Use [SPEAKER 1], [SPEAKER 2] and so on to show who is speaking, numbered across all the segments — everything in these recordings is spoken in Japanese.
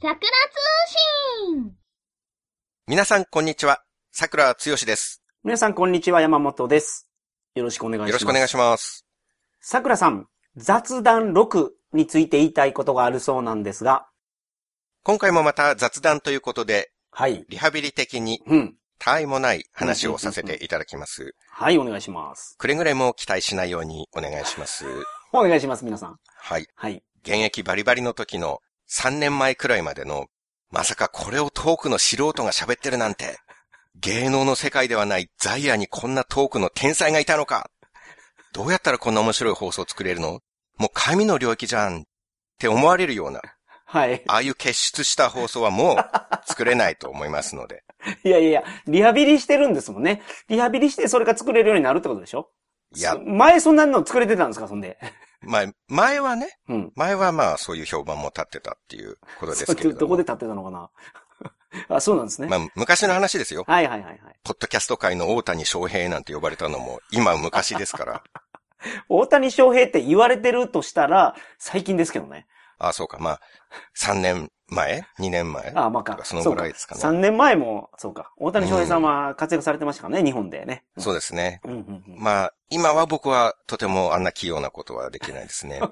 [SPEAKER 1] 桜通信
[SPEAKER 2] 皆さん、こんにちは。桜つよしです。
[SPEAKER 3] 皆さん、こんにちは。山本です。よろしくお願いし
[SPEAKER 2] よ
[SPEAKER 3] ます。
[SPEAKER 2] ろしくお願い
[SPEAKER 3] ます。
[SPEAKER 2] します。
[SPEAKER 3] さくらさん、雑談6について言いたいことがあるそうなんですが、
[SPEAKER 2] 今回もまた雑談ということで、
[SPEAKER 3] はい。
[SPEAKER 2] リハビリ的に、
[SPEAKER 3] うん。
[SPEAKER 2] 他愛もない話をさせていただきます。
[SPEAKER 3] はい、お願いします。
[SPEAKER 2] くれぐれも期待しないようにお願いします。
[SPEAKER 3] お願いします、皆さん。
[SPEAKER 2] はい。
[SPEAKER 3] はい。
[SPEAKER 2] 現役バリバリの時の3年前くらいまでの、まさかこれをトークの素人が喋ってるなんて、芸能の世界ではないザイアにこんなトークの天才がいたのかどうやったらこんな面白い放送を作れるのもう神の領域じゃんって思われるような、
[SPEAKER 3] はい。
[SPEAKER 2] ああいう結出した放送はもう作れないと思いますの で。
[SPEAKER 3] いやいやいや、リハビリしてるんですもんね。リハビリしてそれが作れるようになるってことでしょ
[SPEAKER 2] いや
[SPEAKER 3] そ、前そんなの作れてたんですか、そんで。
[SPEAKER 2] まあ、前はね、
[SPEAKER 3] うん。
[SPEAKER 2] 前はまあそういう評判も立ってたっていうことですけ
[SPEAKER 3] そ
[SPEAKER 2] れ
[SPEAKER 3] う
[SPEAKER 2] ど
[SPEAKER 3] ど
[SPEAKER 2] も
[SPEAKER 3] こで。立ってたのかな あ、そうなんですね。
[SPEAKER 2] まあ昔の話ですよ。
[SPEAKER 3] はいはいはいはい。
[SPEAKER 2] ポッドキャスト界の大谷翔平なんて呼ばれたのも今昔です から。
[SPEAKER 3] 大谷翔平って言われてるとしたら、最近ですけどね。
[SPEAKER 2] あそうか。まあ、3年前 ?2 年前
[SPEAKER 3] ああ、まあ
[SPEAKER 2] と
[SPEAKER 3] か。
[SPEAKER 2] かそのぐらいですかね
[SPEAKER 3] そう3年前も、そうか。大谷翔平さんは活躍されてましたからね、日本でね。
[SPEAKER 2] そうですね。
[SPEAKER 3] うんうんうん。
[SPEAKER 2] まあ、今は僕はとてもあんな器用なことはできないです ね。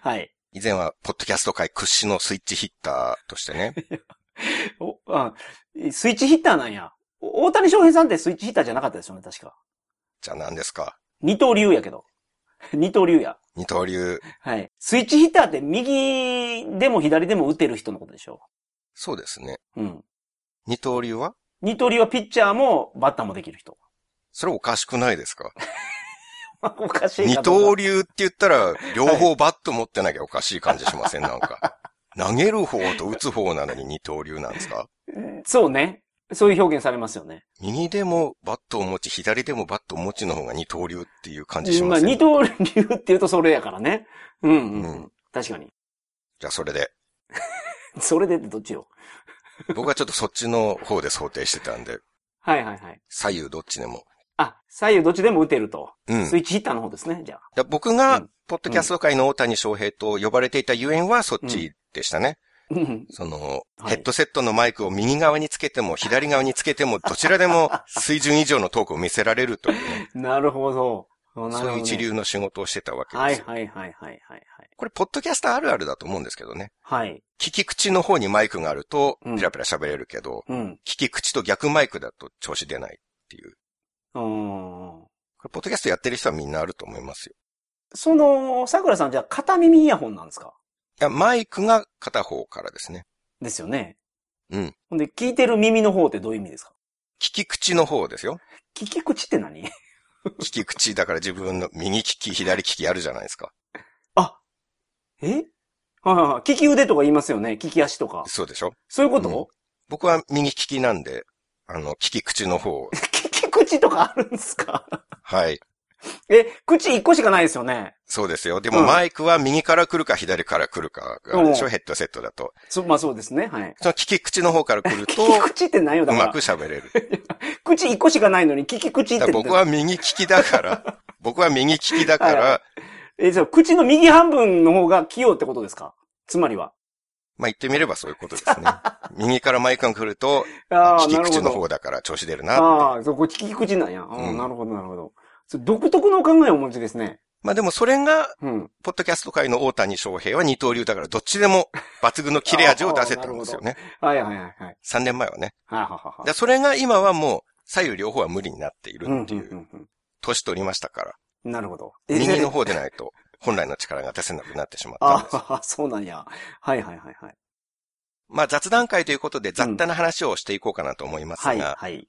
[SPEAKER 3] はい。
[SPEAKER 2] 以前は、ポッドキャスト界屈指のスイッチヒッターとしてね。
[SPEAKER 3] お、あ、スイッチヒッターなんや。お大谷翔平さんってスイッチヒッターじゃなかったですよね、確か。
[SPEAKER 2] じゃあ何ですか
[SPEAKER 3] 二刀流やけど。 二刀流や。
[SPEAKER 2] 二刀流。
[SPEAKER 3] はい。スイッチヒッターって右でも左でも打てる人のことでしょ。
[SPEAKER 2] そうですね。
[SPEAKER 3] うん。
[SPEAKER 2] 二刀流は
[SPEAKER 3] 二刀流はピッチャーもバッターもできる人。
[SPEAKER 2] それおかしくないですか
[SPEAKER 3] おかしい
[SPEAKER 2] 二
[SPEAKER 3] かどうか
[SPEAKER 2] 刀流って言ったら、両方バット持ってなきゃおかしい感じしません、なんか。投げる方と打つ方なのに二刀流なんですか
[SPEAKER 3] そうね。そういう表現されますよね。
[SPEAKER 2] 右でもバットを持ち、左でもバットを持ちの方が二刀流っていう感じし
[SPEAKER 3] ま
[SPEAKER 2] ま
[SPEAKER 3] あ、
[SPEAKER 2] せん、
[SPEAKER 3] 二刀流って言うとそれやからね。うん、うん、う。
[SPEAKER 2] うん
[SPEAKER 3] 確かに。
[SPEAKER 2] じゃあそれで。
[SPEAKER 3] それでってどっちよ。
[SPEAKER 2] 僕はちょっとそっちの方で想定してたんで、
[SPEAKER 3] はいはいはい。
[SPEAKER 2] 左右どっちでも。
[SPEAKER 3] あ、左右どっちでも打てると。
[SPEAKER 2] うん。
[SPEAKER 3] スイッチヒッターの方ですね、じゃあ。
[SPEAKER 2] だ僕
[SPEAKER 3] う
[SPEAKER 2] が
[SPEAKER 3] ん、
[SPEAKER 2] ポッドキャスト界の大谷翔平と呼ばれていたゆえんはそっちでしたね。
[SPEAKER 3] うん。
[SPEAKER 2] その、
[SPEAKER 3] はい
[SPEAKER 2] ヘッドセットのマイクを右側につけても左側につけて もどちらでも水準以上のトークを見せられるというね、
[SPEAKER 3] なるほど。なるほどね
[SPEAKER 2] そういう一。流の仕事をしてたわけです。
[SPEAKER 3] はいはいはいはいはい。
[SPEAKER 2] これ、ポッドキャスターあるあるだと思うんですけどね。
[SPEAKER 3] はい。はい。
[SPEAKER 2] 聞き口の方にマイクがあると、
[SPEAKER 3] うん
[SPEAKER 2] ペラペラ喋れるけど、
[SPEAKER 3] うん。
[SPEAKER 2] 聞き口と逆マイクだと調子出ないっていう。
[SPEAKER 3] うーん。
[SPEAKER 2] これ、ポッドキャストやってる人はみんなあると思いますよ。
[SPEAKER 3] その、桜さんじゃあ片耳イヤホンなんですか
[SPEAKER 2] いや、マイクが片方からですね。
[SPEAKER 3] ですよね。
[SPEAKER 2] うん。
[SPEAKER 3] ほんで、聞いてる耳の方ってどういう意味ですか
[SPEAKER 2] 聞き口の方ですよ。
[SPEAKER 3] 聞き口って何
[SPEAKER 2] 聞き口、だから自分の右利き、左利きあるじゃないですか。
[SPEAKER 3] えはいはいはい。利き腕とか言いますよね。利き足とか。
[SPEAKER 2] そうでしょ
[SPEAKER 3] そういうこ
[SPEAKER 2] うん
[SPEAKER 3] と、
[SPEAKER 2] 僕は右利きなんで、あの、聞き口の方。
[SPEAKER 3] 利き口とかあるんですか
[SPEAKER 2] はい。
[SPEAKER 3] え、口一個しかないですよね。
[SPEAKER 2] そうですよ。でも
[SPEAKER 3] うん
[SPEAKER 2] マイクは右から来るか左から来るかがあるでしょ、
[SPEAKER 3] う
[SPEAKER 2] ヘッドセットだと。
[SPEAKER 3] そ、まあそうですね。はい。
[SPEAKER 2] その聞き口の方から来る
[SPEAKER 3] 利
[SPEAKER 2] と、
[SPEAKER 3] き口って何よ、
[SPEAKER 2] う
[SPEAKER 3] だから。
[SPEAKER 2] まく喋れる。
[SPEAKER 3] 口一個しかないのに、利き口っ
[SPEAKER 2] だか
[SPEAKER 3] て。
[SPEAKER 2] ら僕は右利きだから、 僕は右利きだか
[SPEAKER 3] は
[SPEAKER 2] ら、
[SPEAKER 3] え、じゃあ、口の右半分の方が器用ってことですかつまりは。
[SPEAKER 2] まあ、言ってみればそういうことですね。 右からマイクが来ると、
[SPEAKER 3] ああ、
[SPEAKER 2] 利き
[SPEAKER 3] なる
[SPEAKER 2] 口
[SPEAKER 3] ほ
[SPEAKER 2] の
[SPEAKER 3] ど。
[SPEAKER 2] 方だから調子出るなって。
[SPEAKER 3] ああ、そう、これ利き口なんや。ああ、
[SPEAKER 2] うん
[SPEAKER 3] なるほど、なるほど。そう独特のお考えをお持ちですね。
[SPEAKER 2] まあでもそれが、
[SPEAKER 3] うん。
[SPEAKER 2] ポッドキャスト界の大谷翔平は二刀流だから、どっちでも抜群の切れ味を出せたんですよね。
[SPEAKER 3] はいはいはいはい。
[SPEAKER 2] 3年前はね。
[SPEAKER 3] はあ、はあは
[SPEAKER 2] だ
[SPEAKER 3] あ
[SPEAKER 2] からそれが今はもう、左右両方は無理になっている
[SPEAKER 3] うんうん
[SPEAKER 2] っていうう、
[SPEAKER 3] んうん
[SPEAKER 2] 年取りましたから、
[SPEAKER 3] なるほど。え
[SPEAKER 2] 右の。方でないと、本来の力が出せなくなってしまったん
[SPEAKER 3] あ
[SPEAKER 2] です。
[SPEAKER 3] あ、そうなんや。はいはいはいはい。
[SPEAKER 2] まあ雑談会ということで雑多な話をしていこうかなと思います
[SPEAKER 3] はい
[SPEAKER 2] が、
[SPEAKER 3] はい。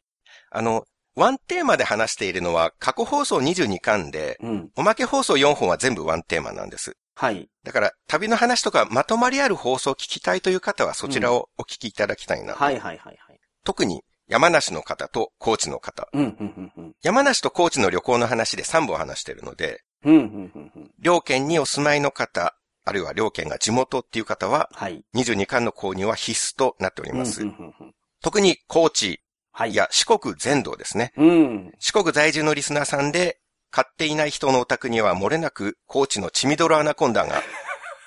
[SPEAKER 2] あの、ワンテーマで話しているのは、過去放送22巻で、
[SPEAKER 3] うん。
[SPEAKER 2] おまけ放送4本は全部ワンテーマなんです。
[SPEAKER 3] はい。
[SPEAKER 2] だから、旅の話とかまとまりある放送を聞きたいという方はそちらをお聞きいただきたいな。
[SPEAKER 3] はいはいはいはい。
[SPEAKER 2] 特に山梨の方と高知の方。
[SPEAKER 3] うんうんうんうん。
[SPEAKER 2] 山梨と高知の旅行の話で3本話してるので、
[SPEAKER 3] うんうんうんうん。
[SPEAKER 2] 両県にお住まいの方、あるいは両県が地元っていう方は、
[SPEAKER 3] はい。
[SPEAKER 2] 22巻の購入は必須となっております。
[SPEAKER 3] うんうんうんうん
[SPEAKER 2] 特に高知、
[SPEAKER 3] はいい。
[SPEAKER 2] や四国全土ですね。
[SPEAKER 3] うん。
[SPEAKER 2] 四国在住のリスナーさんで、買っていない人のお宅には漏れなく高知のチミドロアナコンダが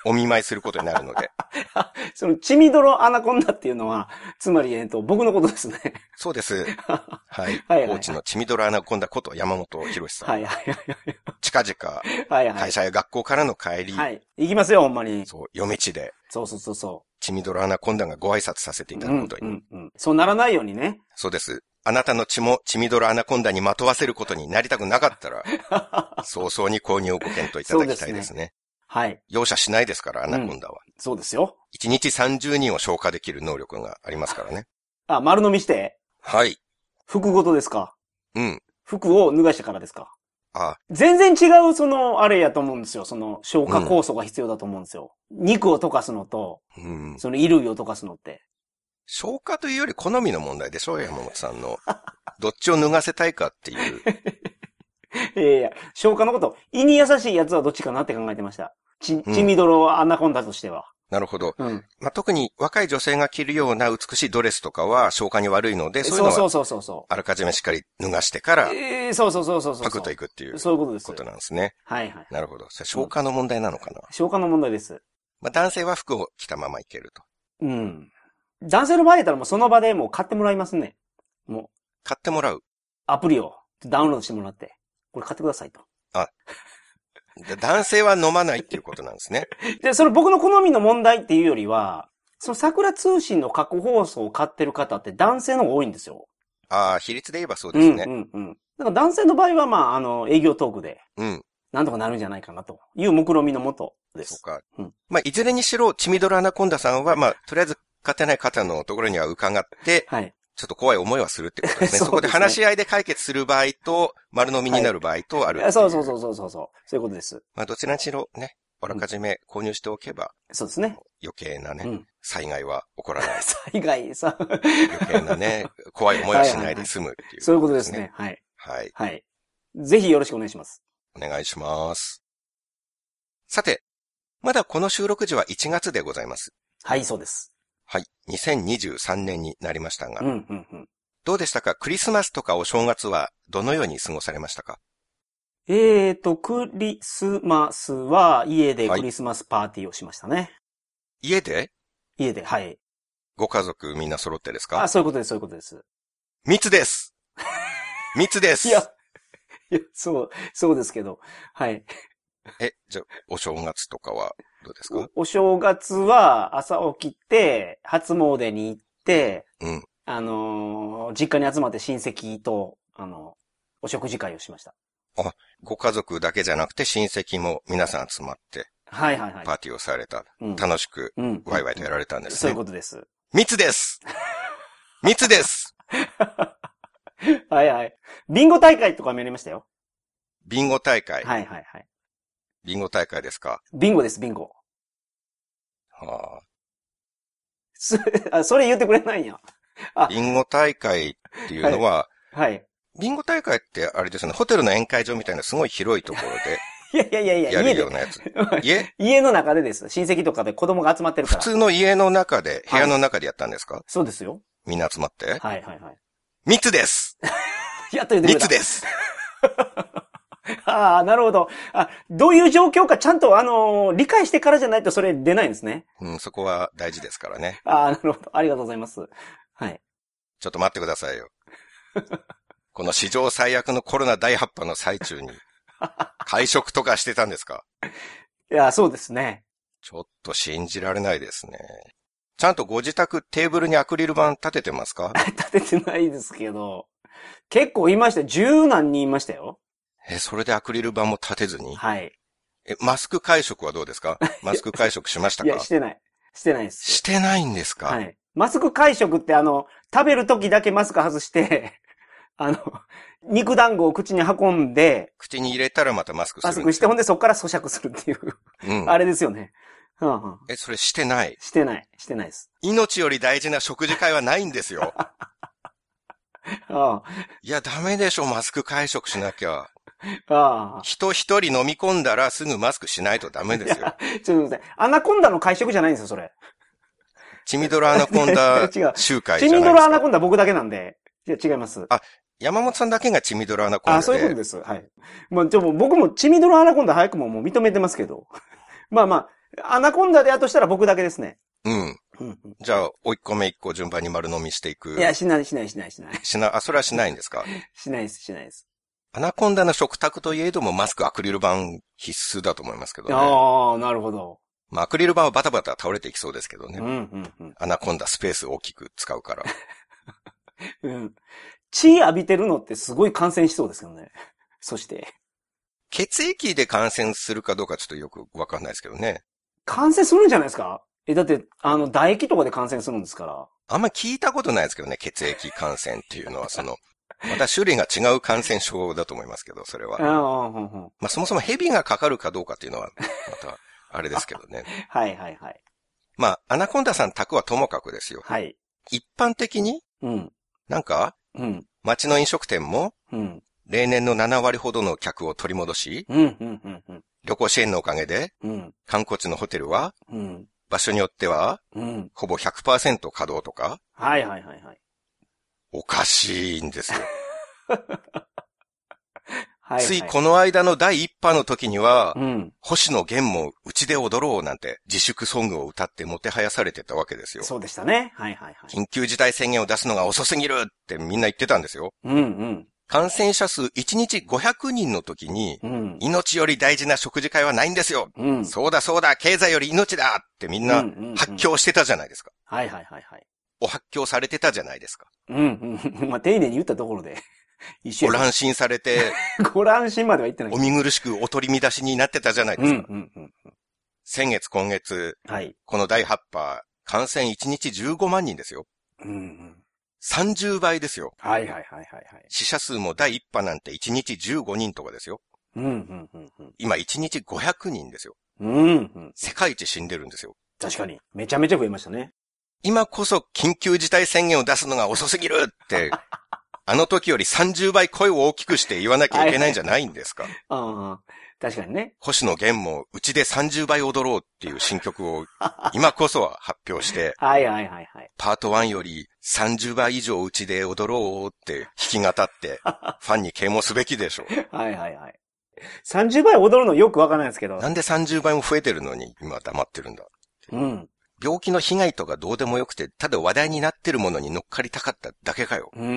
[SPEAKER 2] お見舞いすることになるの で。
[SPEAKER 3] その、チミドロアナコンダっていうのは、つまり、えっと、僕のことですね。
[SPEAKER 2] そうです。はい。
[SPEAKER 3] はいはい
[SPEAKER 2] コーチのチミドラアナコンダこと山本博さん。
[SPEAKER 3] はいはいはい
[SPEAKER 2] 近々、
[SPEAKER 3] はい。はいは
[SPEAKER 2] 会
[SPEAKER 3] い。
[SPEAKER 2] 社や学校からの帰り、
[SPEAKER 3] はい。行きますよ、ほんまに。
[SPEAKER 2] そう、夜道で、
[SPEAKER 3] そうそうそうそ
[SPEAKER 2] チミドラアナコンダがご挨拶させて
[SPEAKER 3] う。
[SPEAKER 2] いただくことに。
[SPEAKER 3] うんうんうん。そうならないようにね。
[SPEAKER 2] そうです。あなたの血もチミドラアナコンダにまとわせることになりたくなかったら、 早々に購入をご検討いただきたいですね。
[SPEAKER 3] そうですはい。
[SPEAKER 2] 容赦しないですから、アナコンダは。
[SPEAKER 3] そうですよ。
[SPEAKER 2] 1日30人を消化できる能力がありますからね。
[SPEAKER 3] あ、丸飲みして、
[SPEAKER 2] はい。
[SPEAKER 3] 服ごとですか
[SPEAKER 2] うん。
[SPEAKER 3] 服を脱がしてからですか
[SPEAKER 2] あ、
[SPEAKER 3] 全然違う、その、あれやと思うんですよ。その、消化酵素が必要だと思うんですよ。肉を溶かすのと、
[SPEAKER 2] うん。
[SPEAKER 3] その衣類を溶かすのって。
[SPEAKER 2] 消化というより好みの問題でしょう、山本さん の。どっちを脱がせたいかっていう。
[SPEAKER 3] いやいや、消化のこと、胃に優しいやつはどっちかなって考えてました。ち、
[SPEAKER 2] うん
[SPEAKER 3] ちみどろアナコンダとしては。
[SPEAKER 2] なるほど。
[SPEAKER 3] うん。
[SPEAKER 2] まあ、特に若い女性が着るような美しいドレスとかは消化に悪いので、そういうの
[SPEAKER 3] そうそ
[SPEAKER 2] は
[SPEAKER 3] うそうそうそ
[SPEAKER 2] あらかじめしっかり脱がしてから
[SPEAKER 3] う。えー、そうそうそうそうそう。
[SPEAKER 2] パクッといくっていう
[SPEAKER 3] そういうことです。
[SPEAKER 2] ことなんですね。
[SPEAKER 3] はいはい。
[SPEAKER 2] なるほど。それ消化の問題なのかな。
[SPEAKER 3] 消化の問題です。
[SPEAKER 2] まあ、男性は服を着たままいけると。
[SPEAKER 3] うん。男性の場合だったらもうその場でもう買ってもらいますね。もう、
[SPEAKER 2] 買ってもらう。
[SPEAKER 3] アプリをダウンロードしてもらって、これ買ってくださいと。
[SPEAKER 2] で男性は飲まないっていうことなんですね。
[SPEAKER 3] で、それ僕の好みの問題っていうよりは、その桜通信の過去放送を買ってる方って男性の方が多いんですよ。
[SPEAKER 2] ああ、比率で言えばそうですね
[SPEAKER 3] う。んうんうん。だから男性の場合はまあ、あの、営業トークで、
[SPEAKER 2] うん。
[SPEAKER 3] なんとかなるんじゃないかなという目論みのもとで
[SPEAKER 2] そう
[SPEAKER 3] す。
[SPEAKER 2] か。
[SPEAKER 3] うん
[SPEAKER 2] まあ、いずれにしろ、チミドラアナコンダさんは、まあ、とりあえず、勝てない方のところには伺って、
[SPEAKER 3] はい。
[SPEAKER 2] ちょっと怖い思いはするってことですね。
[SPEAKER 3] そうですね
[SPEAKER 2] そこで話し合いで解決する場合と、丸飲みになる場合とあるってい
[SPEAKER 3] そうそう
[SPEAKER 2] う。
[SPEAKER 3] そうそうそうそう。そういうことです。
[SPEAKER 2] まあ、どちらにしろね、あらかじめ購入しておけば、
[SPEAKER 3] そうですね。
[SPEAKER 2] 余計な
[SPEAKER 3] う
[SPEAKER 2] ね、
[SPEAKER 3] ん。
[SPEAKER 2] 災害は起こらない。
[SPEAKER 3] 災害さ、
[SPEAKER 2] 余計なね、 怖い思いはしないで済むっていう、
[SPEAKER 3] そういうことです。ね。はい。
[SPEAKER 2] はい。
[SPEAKER 3] はい。ぜひよろしくお願いします。
[SPEAKER 2] お願いします。さて、まだこの収録時は1月でございます。
[SPEAKER 3] はい、そうです。
[SPEAKER 2] はい。2023年になりましたが
[SPEAKER 3] う、ん、うん、うん。
[SPEAKER 2] どうでしたかクリスマスとかお正月はどのように過ごされましたか
[SPEAKER 3] えーと、クリスマスは家でクリスマスパーティーをしましたね。
[SPEAKER 2] 家で
[SPEAKER 3] 家で、はい。
[SPEAKER 2] ご家族みんな揃ってです
[SPEAKER 3] あ、
[SPEAKER 2] か
[SPEAKER 3] そういうことです、そういうことです。
[SPEAKER 2] 密 です密で
[SPEAKER 3] い
[SPEAKER 2] す
[SPEAKER 3] や、いや、そう、そうですけど。はい。
[SPEAKER 2] え、じゃあ、お正月とかはどうですか
[SPEAKER 3] おお正月は朝起きて、初詣に行って、
[SPEAKER 2] うん
[SPEAKER 3] あのー実家に集まって親戚と、あのお食事会をしました。
[SPEAKER 2] ご家族だけじゃなくて親戚も皆さん集まって
[SPEAKER 3] はいはいはい。
[SPEAKER 2] パーティーをされた。
[SPEAKER 3] うん
[SPEAKER 2] 楽しく
[SPEAKER 3] うん。
[SPEAKER 2] ワイワイとやられたんです
[SPEAKER 3] そういう
[SPEAKER 2] ね。
[SPEAKER 3] ことです。
[SPEAKER 2] 密です密です
[SPEAKER 3] はいはい。ビンゴ大会とかもやりましたよ。
[SPEAKER 2] ビンゴ大会。
[SPEAKER 3] はいはいはい。
[SPEAKER 2] ビンゴ大会ですか
[SPEAKER 3] ビンゴです、ビンゴ。
[SPEAKER 2] は
[SPEAKER 3] そあそれ言ってくれないんや。
[SPEAKER 2] あビンゴ大会っていうのは、
[SPEAKER 3] はい。
[SPEAKER 2] ビンゴ大会ってあれですよね、ホテルの宴会場みたいなすごい広いところで
[SPEAKER 3] いやいや いやい
[SPEAKER 2] や
[SPEAKER 3] や、家
[SPEAKER 2] るよう
[SPEAKER 3] で。
[SPEAKER 2] なやつ。家
[SPEAKER 3] 家の中でです。親戚とかで子供が集まってるか
[SPEAKER 2] 普
[SPEAKER 3] ら。
[SPEAKER 2] 通の家の中で、部屋の中でやったんですか、
[SPEAKER 3] そうですよ。
[SPEAKER 2] みんな集まって
[SPEAKER 3] はいはいはい。
[SPEAKER 2] 密です
[SPEAKER 3] やっと言って
[SPEAKER 2] 密
[SPEAKER 3] くれた。
[SPEAKER 2] です
[SPEAKER 3] ああ、なるほど。あ、どういう状況かちゃんと、あのー理解してからじゃないとそれ出ないんですね。
[SPEAKER 2] うん、そこは大事ですからね。
[SPEAKER 3] ああ、なるほど。ありがとうございます。はい。
[SPEAKER 2] ちょっと待ってくださいよ。この史上最悪のコロナ大発波の最中 に、会食とかしてたんですか
[SPEAKER 3] いや、そうですね。
[SPEAKER 2] ちょっと信じられないですね。ちゃんとご自宅テーブルにアクリル板立ててます か
[SPEAKER 3] 立ててないですけど。結構いました。十何人いましたよ。
[SPEAKER 2] え、それでアクリル板も立てずに
[SPEAKER 3] はい。
[SPEAKER 2] え、マスク会食はどうです かマスク会食しました
[SPEAKER 3] いや、
[SPEAKER 2] か
[SPEAKER 3] してない。してないです。
[SPEAKER 2] してないんですか、
[SPEAKER 3] はい。マスク会食ってあの、食べる時だけマスク外して、 あの、肉団子を口に運んで、
[SPEAKER 2] 口に入れたらまたマスクする
[SPEAKER 3] マ
[SPEAKER 2] んです
[SPEAKER 3] ス
[SPEAKER 2] よ。
[SPEAKER 3] クして、ほんでそこから咀嚼するっていう、
[SPEAKER 2] うん。
[SPEAKER 3] あれですよね。はんはん
[SPEAKER 2] え、それしてない。
[SPEAKER 3] してない。してないです。
[SPEAKER 2] 命より大事な食事会はないんです よ。
[SPEAKER 3] あ
[SPEAKER 2] いや、ダメでしょ、マスク会食しなきゃ。
[SPEAKER 3] あ、ああ。
[SPEAKER 2] 人一人飲み込んだらすぐマスクしないとダメですよ。
[SPEAKER 3] ちょっと待って、アナコンダの会食じゃないんですよ、それ。
[SPEAKER 2] チミドラアナコンダ
[SPEAKER 3] 違う。
[SPEAKER 2] 集会じ
[SPEAKER 3] チ
[SPEAKER 2] ゃない
[SPEAKER 3] ミ
[SPEAKER 2] ですか
[SPEAKER 3] ドロアナコンダ僕だけなんで。いや、違います。
[SPEAKER 2] 山本さんだけがチミドラアナコンダで。
[SPEAKER 3] あ、そういうことです。はい。まあ、ちょ、もう僕もチミドロアナコンダ早くももう認めてますけど。まあまあ、アナコンダでやとしたら僕だけですね。
[SPEAKER 2] うん。
[SPEAKER 3] うんう
[SPEAKER 2] じゃあ、お一個目一個順番に丸飲みしていく。
[SPEAKER 3] んいや、しない、しない、しない、しない。
[SPEAKER 2] しな、あ、それはしないんですか
[SPEAKER 3] しないです、しないです。
[SPEAKER 2] アナコンダの食卓といえどもマスクアクリル板必須だと思いますけどね。
[SPEAKER 3] ああ、なるほど。
[SPEAKER 2] まあ、アクリル板はバタバタ倒れていきそうですけどね。
[SPEAKER 3] うん、うん、うん
[SPEAKER 2] アナコンダスペース大きく使うから。
[SPEAKER 3] うん。血浴びてるのってすごい感染しそうですけどね。 そして、
[SPEAKER 2] 血液で感染するかどうかちょっとよくわかんないですけどね。
[SPEAKER 3] 感染するんじゃないですかえ、だって、あの、唾液とかで感染するんですから。
[SPEAKER 2] あんまり聞いたことないですけどね、血液感染っていうのは、そ の、また種類が違う感染症だと思いますけど、それは。
[SPEAKER 3] ああ、うん、うん。
[SPEAKER 2] まあそもそも蛇がかかるかどうかっていうのは、また、あれですけど ね。
[SPEAKER 3] はい、はい、はい。
[SPEAKER 2] まあ、アナコンダさん宅はともかくですよ。
[SPEAKER 3] はい。
[SPEAKER 2] 一般的に、
[SPEAKER 3] うん、
[SPEAKER 2] なんか、
[SPEAKER 3] うん、
[SPEAKER 2] 街の飲食店も、
[SPEAKER 3] うん、
[SPEAKER 2] 例年の7割ほどの客を取り戻し、
[SPEAKER 3] うん、うん、うん、うん、
[SPEAKER 2] 旅行支援のおかげで、
[SPEAKER 3] うん、
[SPEAKER 2] 観光地のホテルは、
[SPEAKER 3] うん、
[SPEAKER 2] 場所によっては、
[SPEAKER 3] うん。
[SPEAKER 2] ほぼ100%稼働とか、
[SPEAKER 3] はい、はい、はい、はい。
[SPEAKER 2] おかしいんですよ。
[SPEAKER 3] はい。
[SPEAKER 2] ついこの間の第一波の時には、
[SPEAKER 3] うん。
[SPEAKER 2] 星野源もうちで踊ろうなんて自粛ソングを歌ってもてはやされてたわけですよ。
[SPEAKER 3] そうでしたね。はい、はい、はい。
[SPEAKER 2] 緊急事態宣言を出すのが遅すぎるってみんな言ってたんですよ。
[SPEAKER 3] うん、うん、
[SPEAKER 2] 感染者数1日500人の時に、
[SPEAKER 3] うん。
[SPEAKER 2] 命より大事な食事会はないんですよ。
[SPEAKER 3] うん。
[SPEAKER 2] そうだそうだ、経済より命だってみん
[SPEAKER 3] う
[SPEAKER 2] なん
[SPEAKER 3] うんうん
[SPEAKER 2] 発狂してたじゃないですか。
[SPEAKER 3] はいはいはいはい。
[SPEAKER 2] お発狂されてたじゃないですか。
[SPEAKER 3] うん、うん。 まあ、丁寧に言ったところで。 一緒
[SPEAKER 2] ご
[SPEAKER 3] や
[SPEAKER 2] 乱心されて、
[SPEAKER 3] ご乱心までは言ってない
[SPEAKER 2] お。見苦しくお取り乱しになってたじゃないで
[SPEAKER 3] うん、う
[SPEAKER 2] すか。
[SPEAKER 3] ん、うん。
[SPEAKER 2] 先月今月、
[SPEAKER 3] はい。
[SPEAKER 2] この第8波、感染1日15万人ですよ。
[SPEAKER 3] うん、うん。
[SPEAKER 2] 30倍ですよ。
[SPEAKER 3] はいはいはいはいはい。
[SPEAKER 2] 死者数も第1波なんて1日15人とかですよ。
[SPEAKER 3] うん、うん、うん、うん。
[SPEAKER 2] 今1日500人ですよ。
[SPEAKER 3] うん、うん。
[SPEAKER 2] 世界一死んでるんですよ。
[SPEAKER 3] 確かに。めちゃめちゃ増えましたね。
[SPEAKER 2] 今こそ緊急事態宣言を出すのが遅すぎる って、あの時より30倍声を大きくして言わなきゃいけないんじゃないんですか。
[SPEAKER 3] ああ、確かにね。
[SPEAKER 2] 星野源もうちで30倍踊ろうっていう新曲を今こそは発表 して、
[SPEAKER 3] はいはいはいはい。
[SPEAKER 2] パート1より30倍以上うちで踊ろうって弾き語って、ファンに啓蒙すべきでしょう。
[SPEAKER 3] はいはいはい。30倍踊るのよくわからないです けど。
[SPEAKER 2] なんで30倍も増えてるのに今黙ってるんだ。
[SPEAKER 3] うん。
[SPEAKER 2] 病気の被害とかどうでもよくて、ただ話題になってるものに乗っかりたかっただけかよ。
[SPEAKER 3] うーん。うんう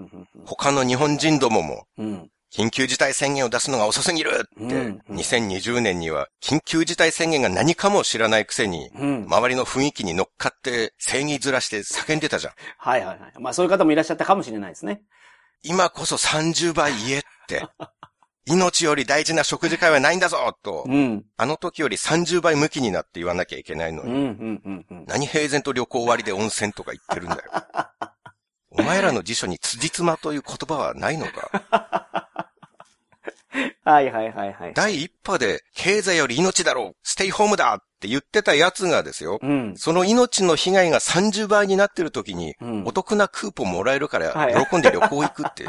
[SPEAKER 3] ん
[SPEAKER 2] 他の日本人どもも、
[SPEAKER 3] うん。
[SPEAKER 2] 緊急事態宣言を出すのが遅すぎるって、
[SPEAKER 3] うんうん
[SPEAKER 2] 2020年には緊急事態宣言が何かも知らないくせに、
[SPEAKER 3] うん。うん。
[SPEAKER 2] 周りの雰囲気に乗っかって正義ずらして叫んでたじゃん。
[SPEAKER 3] はいはいはい。まあそういう方もいらっしゃったかもしれないですね。
[SPEAKER 2] 今こそ30倍言えって。 命より大事な食事会はないんだぞと
[SPEAKER 3] う、ん。
[SPEAKER 2] あの時より30倍向きになって言わなきゃいけないの
[SPEAKER 3] うんう
[SPEAKER 2] に、
[SPEAKER 3] んうんうん。
[SPEAKER 2] 何平然と旅行終わりで温泉とか言ってるんだよ。 お前らの辞書に辻褄という言葉はないのか。
[SPEAKER 3] はいはいはいはい。
[SPEAKER 2] 第一波で経済より命だろうステイホームだって言ってたやつがですよ。
[SPEAKER 3] うん。
[SPEAKER 2] その命の被害が30倍になってる時に、
[SPEAKER 3] うん
[SPEAKER 2] お得なクーポンもらえるか
[SPEAKER 3] は
[SPEAKER 2] ら
[SPEAKER 3] い
[SPEAKER 2] 喜んで旅行行く って、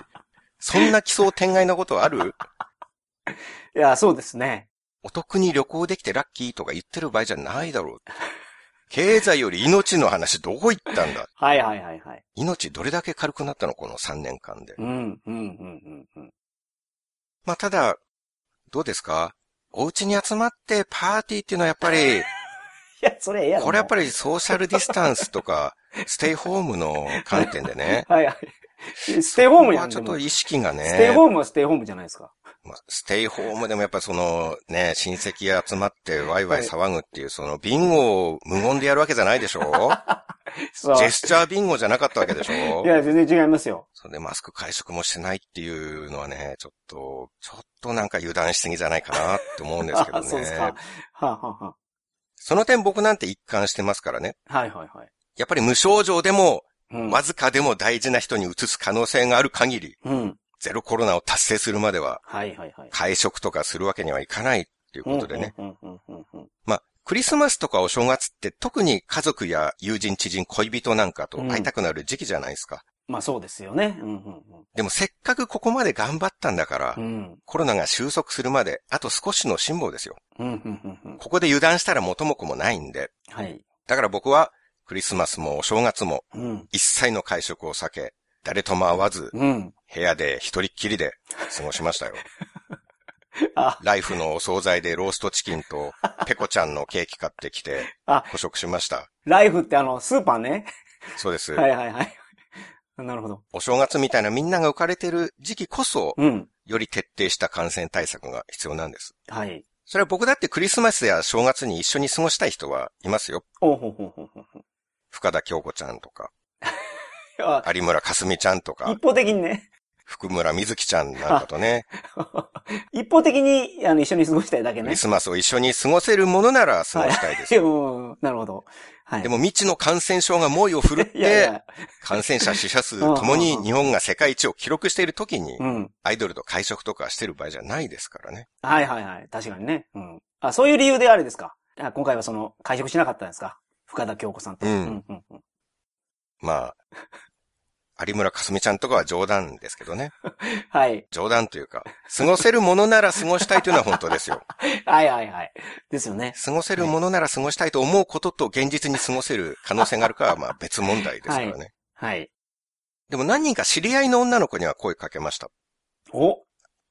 [SPEAKER 2] そんな奇想天外なことある
[SPEAKER 3] いや、そうですね。
[SPEAKER 2] お得に旅行できてラッキーとか言ってる場合じゃないだろう。経済より命の話どこ行ったんだ
[SPEAKER 3] はいはいはいはい。
[SPEAKER 2] 命どれだけ軽くなったのこの3年間で。
[SPEAKER 3] うん、うん、うん、うん。
[SPEAKER 2] まあ、ただ、どうですかお家に集まってパーティーっていうのはやっぱ り、
[SPEAKER 3] いや、それええやろ。
[SPEAKER 2] これやっぱりソーシャルディスタンスとか、ステイホームの観点でね。
[SPEAKER 3] はいはい。ステイ ホームや
[SPEAKER 2] まあ
[SPEAKER 3] ん
[SPEAKER 2] ちょっ
[SPEAKER 3] でも
[SPEAKER 2] と意識がね。
[SPEAKER 3] ステイホームはステイホームじゃないですか。
[SPEAKER 2] まあステイホームでもやっぱそのね、親戚が集まってワイワイ騒ぐっていう、そのビンゴを無言でやるわけじゃないでしょ
[SPEAKER 3] そう
[SPEAKER 2] ジェスチャービンゴじゃなかったわけでしょ
[SPEAKER 3] いや、全然違いますよ。
[SPEAKER 2] それでマスク会食もしてないっていうのはね、ちょっと、ちょっとなんか油断しすぎじゃないかなって思うんですけどね。
[SPEAKER 3] そうですか。は あ、はあは
[SPEAKER 2] その点僕なんて一貫してますからね。
[SPEAKER 3] あ、はいはいはい。
[SPEAKER 2] やっぱり無症状でも、
[SPEAKER 3] うん。
[SPEAKER 2] わずかでも大事な人に移す可能性がある限り、
[SPEAKER 3] うん。
[SPEAKER 2] ゼロコロナを達成するまでは、
[SPEAKER 3] はいはいはい。
[SPEAKER 2] 会食とかするわけにはいかないっていうことでね。
[SPEAKER 3] うんうんうんうんうん。
[SPEAKER 2] まあ、クリスマスとかお正月って特に家族や友人、知人、恋人なんかと会いたくなる時期じゃないですか。
[SPEAKER 3] まあそうですよね。うんうん
[SPEAKER 2] でもせっかくここまで頑張ったんだから、
[SPEAKER 3] うん。うん。
[SPEAKER 2] コロナが収束するまで、あと少しの辛抱ですよ。
[SPEAKER 3] うんうんうんうん。
[SPEAKER 2] ここで油断したら元も子もないんで。
[SPEAKER 3] はい。
[SPEAKER 2] だから僕は、クリスマスもお正月も、
[SPEAKER 3] うん。
[SPEAKER 2] 一切の会食を避け、誰とも会わず、
[SPEAKER 3] うん。
[SPEAKER 2] 部屋で一人っきりで過ごしましたよ。
[SPEAKER 3] あ、
[SPEAKER 2] ライフのお惣菜でローストチキンと、ペコちゃんのケーキ買ってきて
[SPEAKER 3] あ、
[SPEAKER 2] 捕食しました。
[SPEAKER 3] ライフってあの、スーパーね。
[SPEAKER 2] そうです。
[SPEAKER 3] はいはいはい。なるほど。
[SPEAKER 2] お正月みたいなみんなが浮かれてる時期こそ、
[SPEAKER 3] うん。
[SPEAKER 2] より徹底した感染対策が必要なんです。
[SPEAKER 3] はい。
[SPEAKER 2] それは僕だってクリスマスや正月に一緒に過ごしたい人はいますよ。
[SPEAKER 3] おうほうほうほうほうほう。
[SPEAKER 2] 深田京子ちゃんとか、
[SPEAKER 3] あ
[SPEAKER 2] 有村架純ちゃんとか
[SPEAKER 3] 一、方的にね。
[SPEAKER 2] 福村瑞希ちゃんなんかと ね、
[SPEAKER 3] 一方的にあの一緒に過ごしたいだけ
[SPEAKER 2] ク
[SPEAKER 3] ね
[SPEAKER 2] リ。スマスを一緒に過ごせるものなら過ごしたいですよ。
[SPEAKER 3] うんなるほど。はい。
[SPEAKER 2] でも未知の感染症が猛威を振るっ
[SPEAKER 3] いやい
[SPEAKER 2] て、
[SPEAKER 3] や、
[SPEAKER 2] 感染者死者数ともに日本が世界一を記録している時に
[SPEAKER 3] う、ん。
[SPEAKER 2] アイドルと会食とかしてる場合じゃないですからね。
[SPEAKER 3] はいはいはい。確かにね。うん。あ、そういう理由であれですか。あ今回はその、会食しなかったんですか。深田京子さんと。
[SPEAKER 2] うん
[SPEAKER 3] うんうん。
[SPEAKER 2] まあ、有村架純ちゃんとかは冗談ですけどね。
[SPEAKER 3] はい。
[SPEAKER 2] 冗談というか、過ごせるものなら過ごしたいというのは本当ですよ。
[SPEAKER 3] はいはいはい。ですよね。
[SPEAKER 2] 過ごせるものなら過ごしたいと思うことと現実に過ごせる可能性があるかはまあ別問題ですからね。
[SPEAKER 3] はい。
[SPEAKER 2] でも何人か知り合いの女の子には声かけました。
[SPEAKER 3] お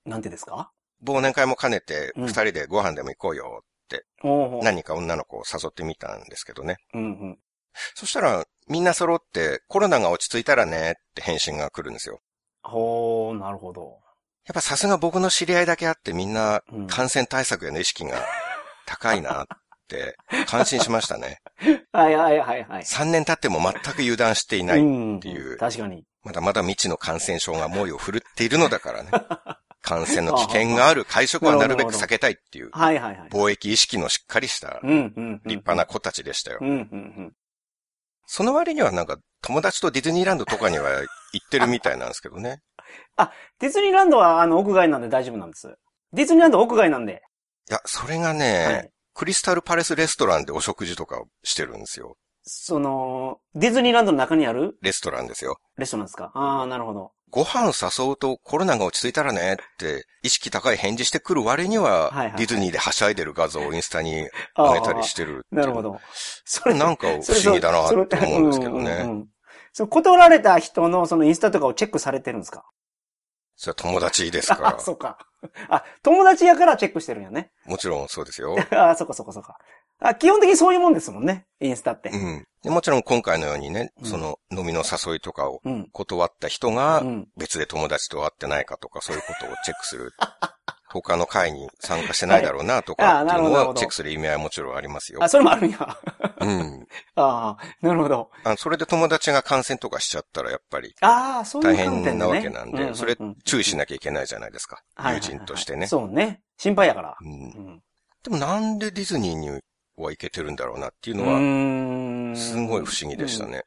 [SPEAKER 3] なんてですか
[SPEAKER 2] 忘年会も兼ねて
[SPEAKER 3] うん
[SPEAKER 2] 二人でご飯でも行こうよ。
[SPEAKER 3] おうおう
[SPEAKER 2] 何人か女の子を誘ってみたんですけどね。
[SPEAKER 3] うんうん。
[SPEAKER 2] そしたらみんな揃ってコロナが落ち着いたらねって返信が来るんですよ。
[SPEAKER 3] ほう、なるほど。
[SPEAKER 2] やっぱさすが僕の知り合いだけあってみんな
[SPEAKER 3] うん
[SPEAKER 2] 感染対策への意識が高いなって感心しましたね。
[SPEAKER 3] はいはいはいはい。
[SPEAKER 2] 3年経っても全く油断していない。
[SPEAKER 3] って
[SPEAKER 2] いう
[SPEAKER 3] 確かに。
[SPEAKER 2] まだまだ未知の感染症が猛威を振るっているのだから ね。感染の危険がある会食はなるべく避けたいっていう、
[SPEAKER 3] はいはいはい。
[SPEAKER 2] 貿易意識のしっかりした立
[SPEAKER 3] うんうん。
[SPEAKER 2] 派な。子たちでしたよ
[SPEAKER 3] う。んうんうん。
[SPEAKER 2] その割にはなんか友達とディズニーランドとかには行ってるみたいなんですけどね。
[SPEAKER 3] ディズニーランドは、あの、屋外なんで大丈夫なんです。ディズニーランドは屋外なんで。
[SPEAKER 2] いや、それが
[SPEAKER 3] は
[SPEAKER 2] ね
[SPEAKER 3] い、
[SPEAKER 2] クリスタルパレスレストランでお食事とかをしてるんですよ。
[SPEAKER 3] その、ディズニーランドの中にある
[SPEAKER 2] レストランですよ。
[SPEAKER 3] レストランですかああ、なるほど。
[SPEAKER 2] ご飯誘うとコロナが落ち着いたらねって意識高い返事してくる割には
[SPEAKER 3] はいはい、
[SPEAKER 2] ディズニーではしゃいでる画像をインスタに
[SPEAKER 3] あ
[SPEAKER 2] 上げ
[SPEAKER 3] あ
[SPEAKER 2] たりしてるっていう。
[SPEAKER 3] なるほど。 そ
[SPEAKER 2] これなんか不思議だなって思うんですけど。
[SPEAKER 3] それそれそれうん
[SPEAKER 2] ね。
[SPEAKER 3] うんうんその断られた人のそのインスタとかをチェックされてるんですか
[SPEAKER 2] それは友達ですか
[SPEAKER 3] あ、
[SPEAKER 2] ら。
[SPEAKER 3] そうか。あ、友達やからチェックしてるんやね。
[SPEAKER 2] もちろんそうですよ。
[SPEAKER 3] あ、そっかそっかそっか。あ、基本的にそういうもんですもんね。インスタって
[SPEAKER 2] う。ん。でもちろん今回のようにね、
[SPEAKER 3] うん
[SPEAKER 2] その飲みの誘いとかを
[SPEAKER 3] うん。
[SPEAKER 2] 断った人
[SPEAKER 3] う
[SPEAKER 2] が
[SPEAKER 3] ん。
[SPEAKER 2] 別で友達と会ってないかとかそういうことをチェックす る。他の会に参加してないだろうなと
[SPEAKER 3] はい
[SPEAKER 2] か
[SPEAKER 3] ああ
[SPEAKER 2] っていう
[SPEAKER 3] なるほどな
[SPEAKER 2] の
[SPEAKER 3] るほ
[SPEAKER 2] を
[SPEAKER 3] ど
[SPEAKER 2] チェックする意味合いはもちろんありますよ
[SPEAKER 3] あ、。それもあるんや。 あ
[SPEAKER 2] うん。
[SPEAKER 3] あ、なるほど。
[SPEAKER 2] あそれで友達が観戦とかしちゃったらやっぱり
[SPEAKER 3] ああ、そうい
[SPEAKER 2] 大
[SPEAKER 3] う観点でね。
[SPEAKER 2] 変なわけなん
[SPEAKER 3] ううう
[SPEAKER 2] で、それ注意し
[SPEAKER 3] な
[SPEAKER 2] なきゃいけないじゃないですか。友人としてね。
[SPEAKER 3] そうね。心配やから。
[SPEAKER 2] うん
[SPEAKER 3] う。ん。
[SPEAKER 2] でもなんでディズニーには行けてるんだろうなっていうのは、
[SPEAKER 3] の
[SPEAKER 2] すごい不思議でしたね。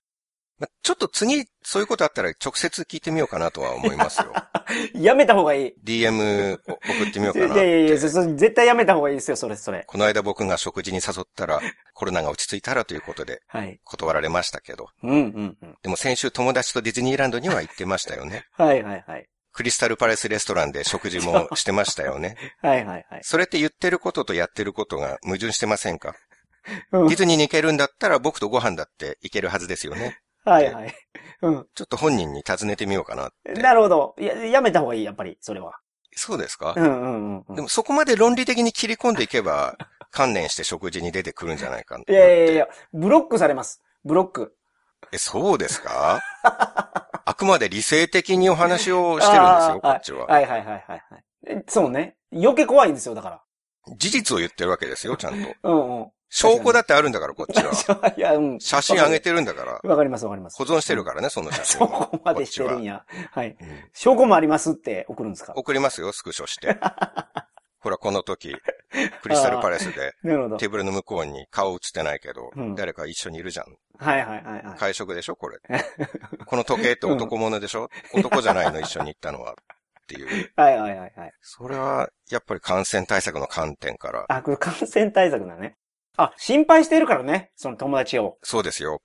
[SPEAKER 2] まあちょっと次、そういうことあったら直接聞いてみようかなとは思います よ。
[SPEAKER 3] やめた方がいい。
[SPEAKER 2] DM を送ってみよう
[SPEAKER 3] い
[SPEAKER 2] か
[SPEAKER 3] や
[SPEAKER 2] なっ
[SPEAKER 3] いやいや、そ
[SPEAKER 2] て。
[SPEAKER 3] そ絶対やめた方がいいですよ、それ、それ。
[SPEAKER 2] この間僕が食事に誘ったら、コロナが落ち着いたらということで
[SPEAKER 3] はい。
[SPEAKER 2] 断られましたけど、
[SPEAKER 3] うん、うん、うん。
[SPEAKER 2] でも先週友達とディズニーランドには行ってましたよ ね。
[SPEAKER 3] はい、はい、はい。
[SPEAKER 2] クリスタルパレスレストランで食事もしてましたよね。
[SPEAKER 3] はい、はい、はい。
[SPEAKER 2] それって言ってることとやってることが 矛盾してませんか
[SPEAKER 3] うん
[SPEAKER 2] ディズニーに行けるんだったら僕とご飯だって行けるはずですよね。
[SPEAKER 3] はい、はい。うん。
[SPEAKER 2] ちょっと本人に尋ねてみようかなって。
[SPEAKER 3] なるほど。いや、やめた方がいい、やっぱり、それは。
[SPEAKER 2] そうですか
[SPEAKER 3] うん、うん、うん。
[SPEAKER 2] でもそこまで論理的に切り込んでいけば、 観念して食事に出てくるんじゃないかなっ
[SPEAKER 3] い
[SPEAKER 2] て。
[SPEAKER 3] やいやいや、ブロックされます。ブロック。
[SPEAKER 2] え、そうですか あくまで理性的にお話をしてるんですよ、こ
[SPEAKER 3] あー
[SPEAKER 2] っちは。
[SPEAKER 3] はい、はい、はい、はい。はいえそうね。余計怖いんですよ、だから。
[SPEAKER 2] 事実を言ってるわけですよ、ちゃんと。
[SPEAKER 3] うん、うん。
[SPEAKER 2] 証拠だってあるんだ から、こっちは。
[SPEAKER 3] いや、うん。
[SPEAKER 2] 写真上げてるんだから。
[SPEAKER 3] わかります、わかります
[SPEAKER 2] 保。存してるからね、その写
[SPEAKER 3] そ
[SPEAKER 2] 真を。
[SPEAKER 3] こまでしてるんや。はい。
[SPEAKER 2] うん
[SPEAKER 3] 証拠もありますって送るんですか
[SPEAKER 2] 送りますよ、スクショして。ほら、この時、クリスタルパレス で、
[SPEAKER 3] なるほど。
[SPEAKER 2] テーブルの向こうに顔映ってないけど
[SPEAKER 3] うん、
[SPEAKER 2] 誰か一緒にいるじゃん。
[SPEAKER 3] はいはいはいはい。
[SPEAKER 2] 会食でしょこ れ。この時計って男物でしょ男じゃないの一緒に行ったのは。っていう。
[SPEAKER 3] はいはいはいはい。
[SPEAKER 2] それは、やっぱり感染対策の観点から。
[SPEAKER 3] あ、これ感染対策だね。あ、心配してるからね、その友達を。
[SPEAKER 2] そうですよ。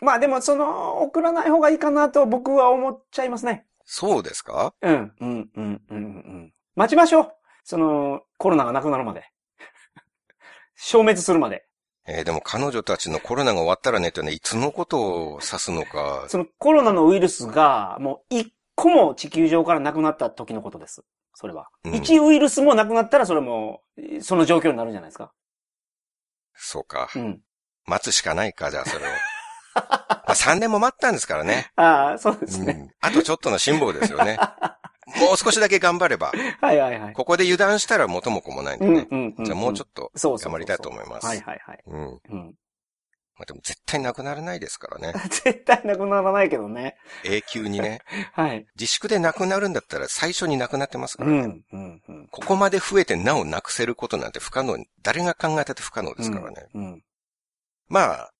[SPEAKER 3] まあでも、その、送らない方がいいかなと僕は思っちゃいますね。
[SPEAKER 2] そうですか
[SPEAKER 3] うん、うん、うん、うん、うん。待ちましょうその、コロナがなくなるまで。 消滅するまで。
[SPEAKER 2] えーでも彼女たちのコロナが終わったらねってね、いつのことを指すのか。
[SPEAKER 3] そのコロナのウイルスが、もう一個も地球上からなくなった時のことです。それは。
[SPEAKER 2] うん
[SPEAKER 3] 1ウイルスもなくなったら、それも、その状況になるんじゃないですか。
[SPEAKER 2] そうか。
[SPEAKER 3] うん。
[SPEAKER 2] 待つしかないか、じゃあそれを。まあ、3年も待ったんですからね。
[SPEAKER 3] ああ、そうです
[SPEAKER 2] う
[SPEAKER 3] ね。
[SPEAKER 2] ん。あとちょっとの辛抱ですよね。もう少しだけ頑張れば。
[SPEAKER 3] はいはいはい。
[SPEAKER 2] ここで油断したら元も子もないんで
[SPEAKER 3] うん
[SPEAKER 2] ね。
[SPEAKER 3] うんうん。
[SPEAKER 2] じゃあもうちょ
[SPEAKER 3] っ
[SPEAKER 2] っと
[SPEAKER 3] と
[SPEAKER 2] 頑張りたいと思います。
[SPEAKER 3] はいはいはい。
[SPEAKER 2] うん。ま
[SPEAKER 3] うん。
[SPEAKER 2] あ、でも絶対なくならないですからね。
[SPEAKER 3] 絶対なくならないけどね。
[SPEAKER 2] 永久に ね。
[SPEAKER 3] はい。
[SPEAKER 2] 自粛でなくなるんだったら最初になくなってますか
[SPEAKER 3] う
[SPEAKER 2] らね。
[SPEAKER 3] ん。うん。うん。
[SPEAKER 2] ここまで増えてなおなくせることなんて不可能、誰が考えたって不可能ですからね。
[SPEAKER 3] うん。
[SPEAKER 2] まあ、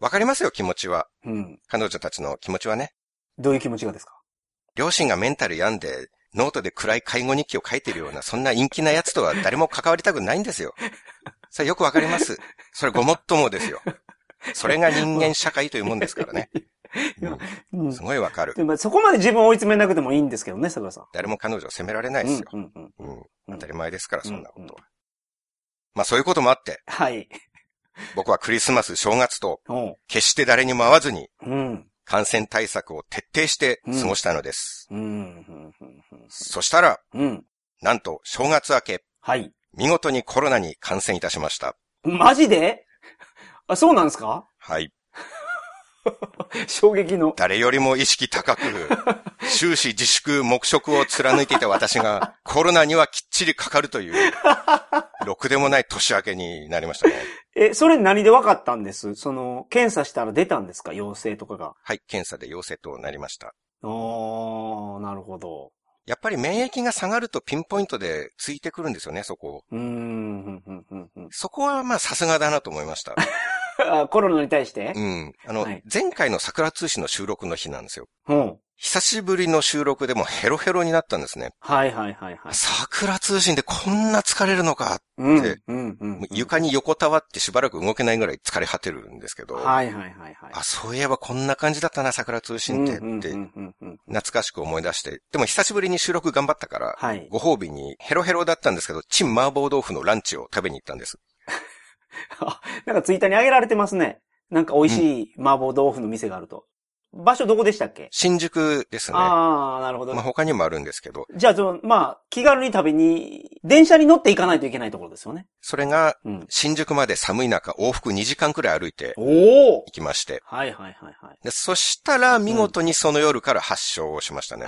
[SPEAKER 2] わかりますよ、気持ちは。
[SPEAKER 3] うん。うん
[SPEAKER 2] 彼女たちの気持ちはね。
[SPEAKER 3] どういう気持ちがですか
[SPEAKER 2] 両親がメンタル病んで、ノートで暗い介護日記を書いてるような、そんな陰気な奴とは誰も関わりたくないん ですよ。それよくわかります。それごもっともですよ。それが人間社会というもんですからね。
[SPEAKER 3] う
[SPEAKER 2] うんすごいわかる。
[SPEAKER 3] ん。まあそこまで自分を追い詰めなくてもいいんですけどね、桜さん。
[SPEAKER 2] 誰も彼女を責められないですよ。
[SPEAKER 3] うん。うん。うん。
[SPEAKER 2] うん。当たり前ですから、そんなこ
[SPEAKER 3] うんうん
[SPEAKER 2] とは。まあそういうこともあって、
[SPEAKER 3] はい。
[SPEAKER 2] 僕はクリスマス、正月と、
[SPEAKER 3] おう。
[SPEAKER 2] 決して誰にも会わずに、
[SPEAKER 3] うん。
[SPEAKER 2] 感染対策を徹底して過ごしたのです。
[SPEAKER 3] うん。うん。うん
[SPEAKER 2] そしたら、
[SPEAKER 3] うん。うん。
[SPEAKER 2] なんと正月明け、
[SPEAKER 3] はい。
[SPEAKER 2] 見事にコロナに感染いたしました。
[SPEAKER 3] マジであ、そうなんですか
[SPEAKER 2] はい。
[SPEAKER 3] 衝撃の。
[SPEAKER 2] 誰よりも意識高く、 終始自粛、黙食を貫いていた私が、コロナにはきっちりかかるという、ろくでもない年明けになりましたね。
[SPEAKER 3] え、それ何で分かったんですその、検査したら出たんですか陽性とかが。
[SPEAKER 2] はい、検査で陽性となりました。
[SPEAKER 3] おー、なるほど。
[SPEAKER 2] やっぱり免疫が下がるとピンポイントでついてくるんですよね、そこ。
[SPEAKER 3] うーん、うん、うん、うん。
[SPEAKER 2] そこはまあさすがだなと思いました。
[SPEAKER 3] あコロナに対して
[SPEAKER 2] うん。あの、
[SPEAKER 3] はい
[SPEAKER 2] 前回の桜通信の収録の日なんですよ。
[SPEAKER 3] うん。
[SPEAKER 2] 久しぶりの収録でもヘロヘロになったんですね。
[SPEAKER 3] はいはいはいはい。
[SPEAKER 2] 桜通信でこんな疲れるのか。
[SPEAKER 3] うん、う
[SPEAKER 2] で
[SPEAKER 3] ん、うんうん
[SPEAKER 2] もう。床に横たわってしばらく動けないぐらい疲れ果てるんですけど。
[SPEAKER 3] はいはいはいはい。
[SPEAKER 2] あ、そういえばこんな感じだったな、桜通
[SPEAKER 3] う
[SPEAKER 2] 信
[SPEAKER 3] ん、
[SPEAKER 2] って、
[SPEAKER 3] うん、
[SPEAKER 2] って
[SPEAKER 3] う、んうんうん。
[SPEAKER 2] 懐かしく思い出して。でも久しぶりに収録頑張ったから、
[SPEAKER 3] はい。
[SPEAKER 2] ご褒美にヘロヘロだったんですけど、チン麻婆豆腐のランチを食べに行ったんです。
[SPEAKER 3] なんかツイッターに上げられてますね。なんか美味しい麻婆豆腐の店があると。場所どこでしたっけ、
[SPEAKER 2] 新宿ですね。
[SPEAKER 3] ああ、なるほど。
[SPEAKER 2] まあ、他にもあるんですけど、
[SPEAKER 3] じゃあ、その、まあ、気軽に食べに、電車に乗って行かないといけないところですよね。
[SPEAKER 2] それが
[SPEAKER 3] うん。
[SPEAKER 2] 新宿まで寒い中往復2時間くらい歩いて
[SPEAKER 3] おお
[SPEAKER 2] 行きまして、
[SPEAKER 3] はいはいはいはい。
[SPEAKER 2] で、そしたら見事にその夜から発症をしました ね。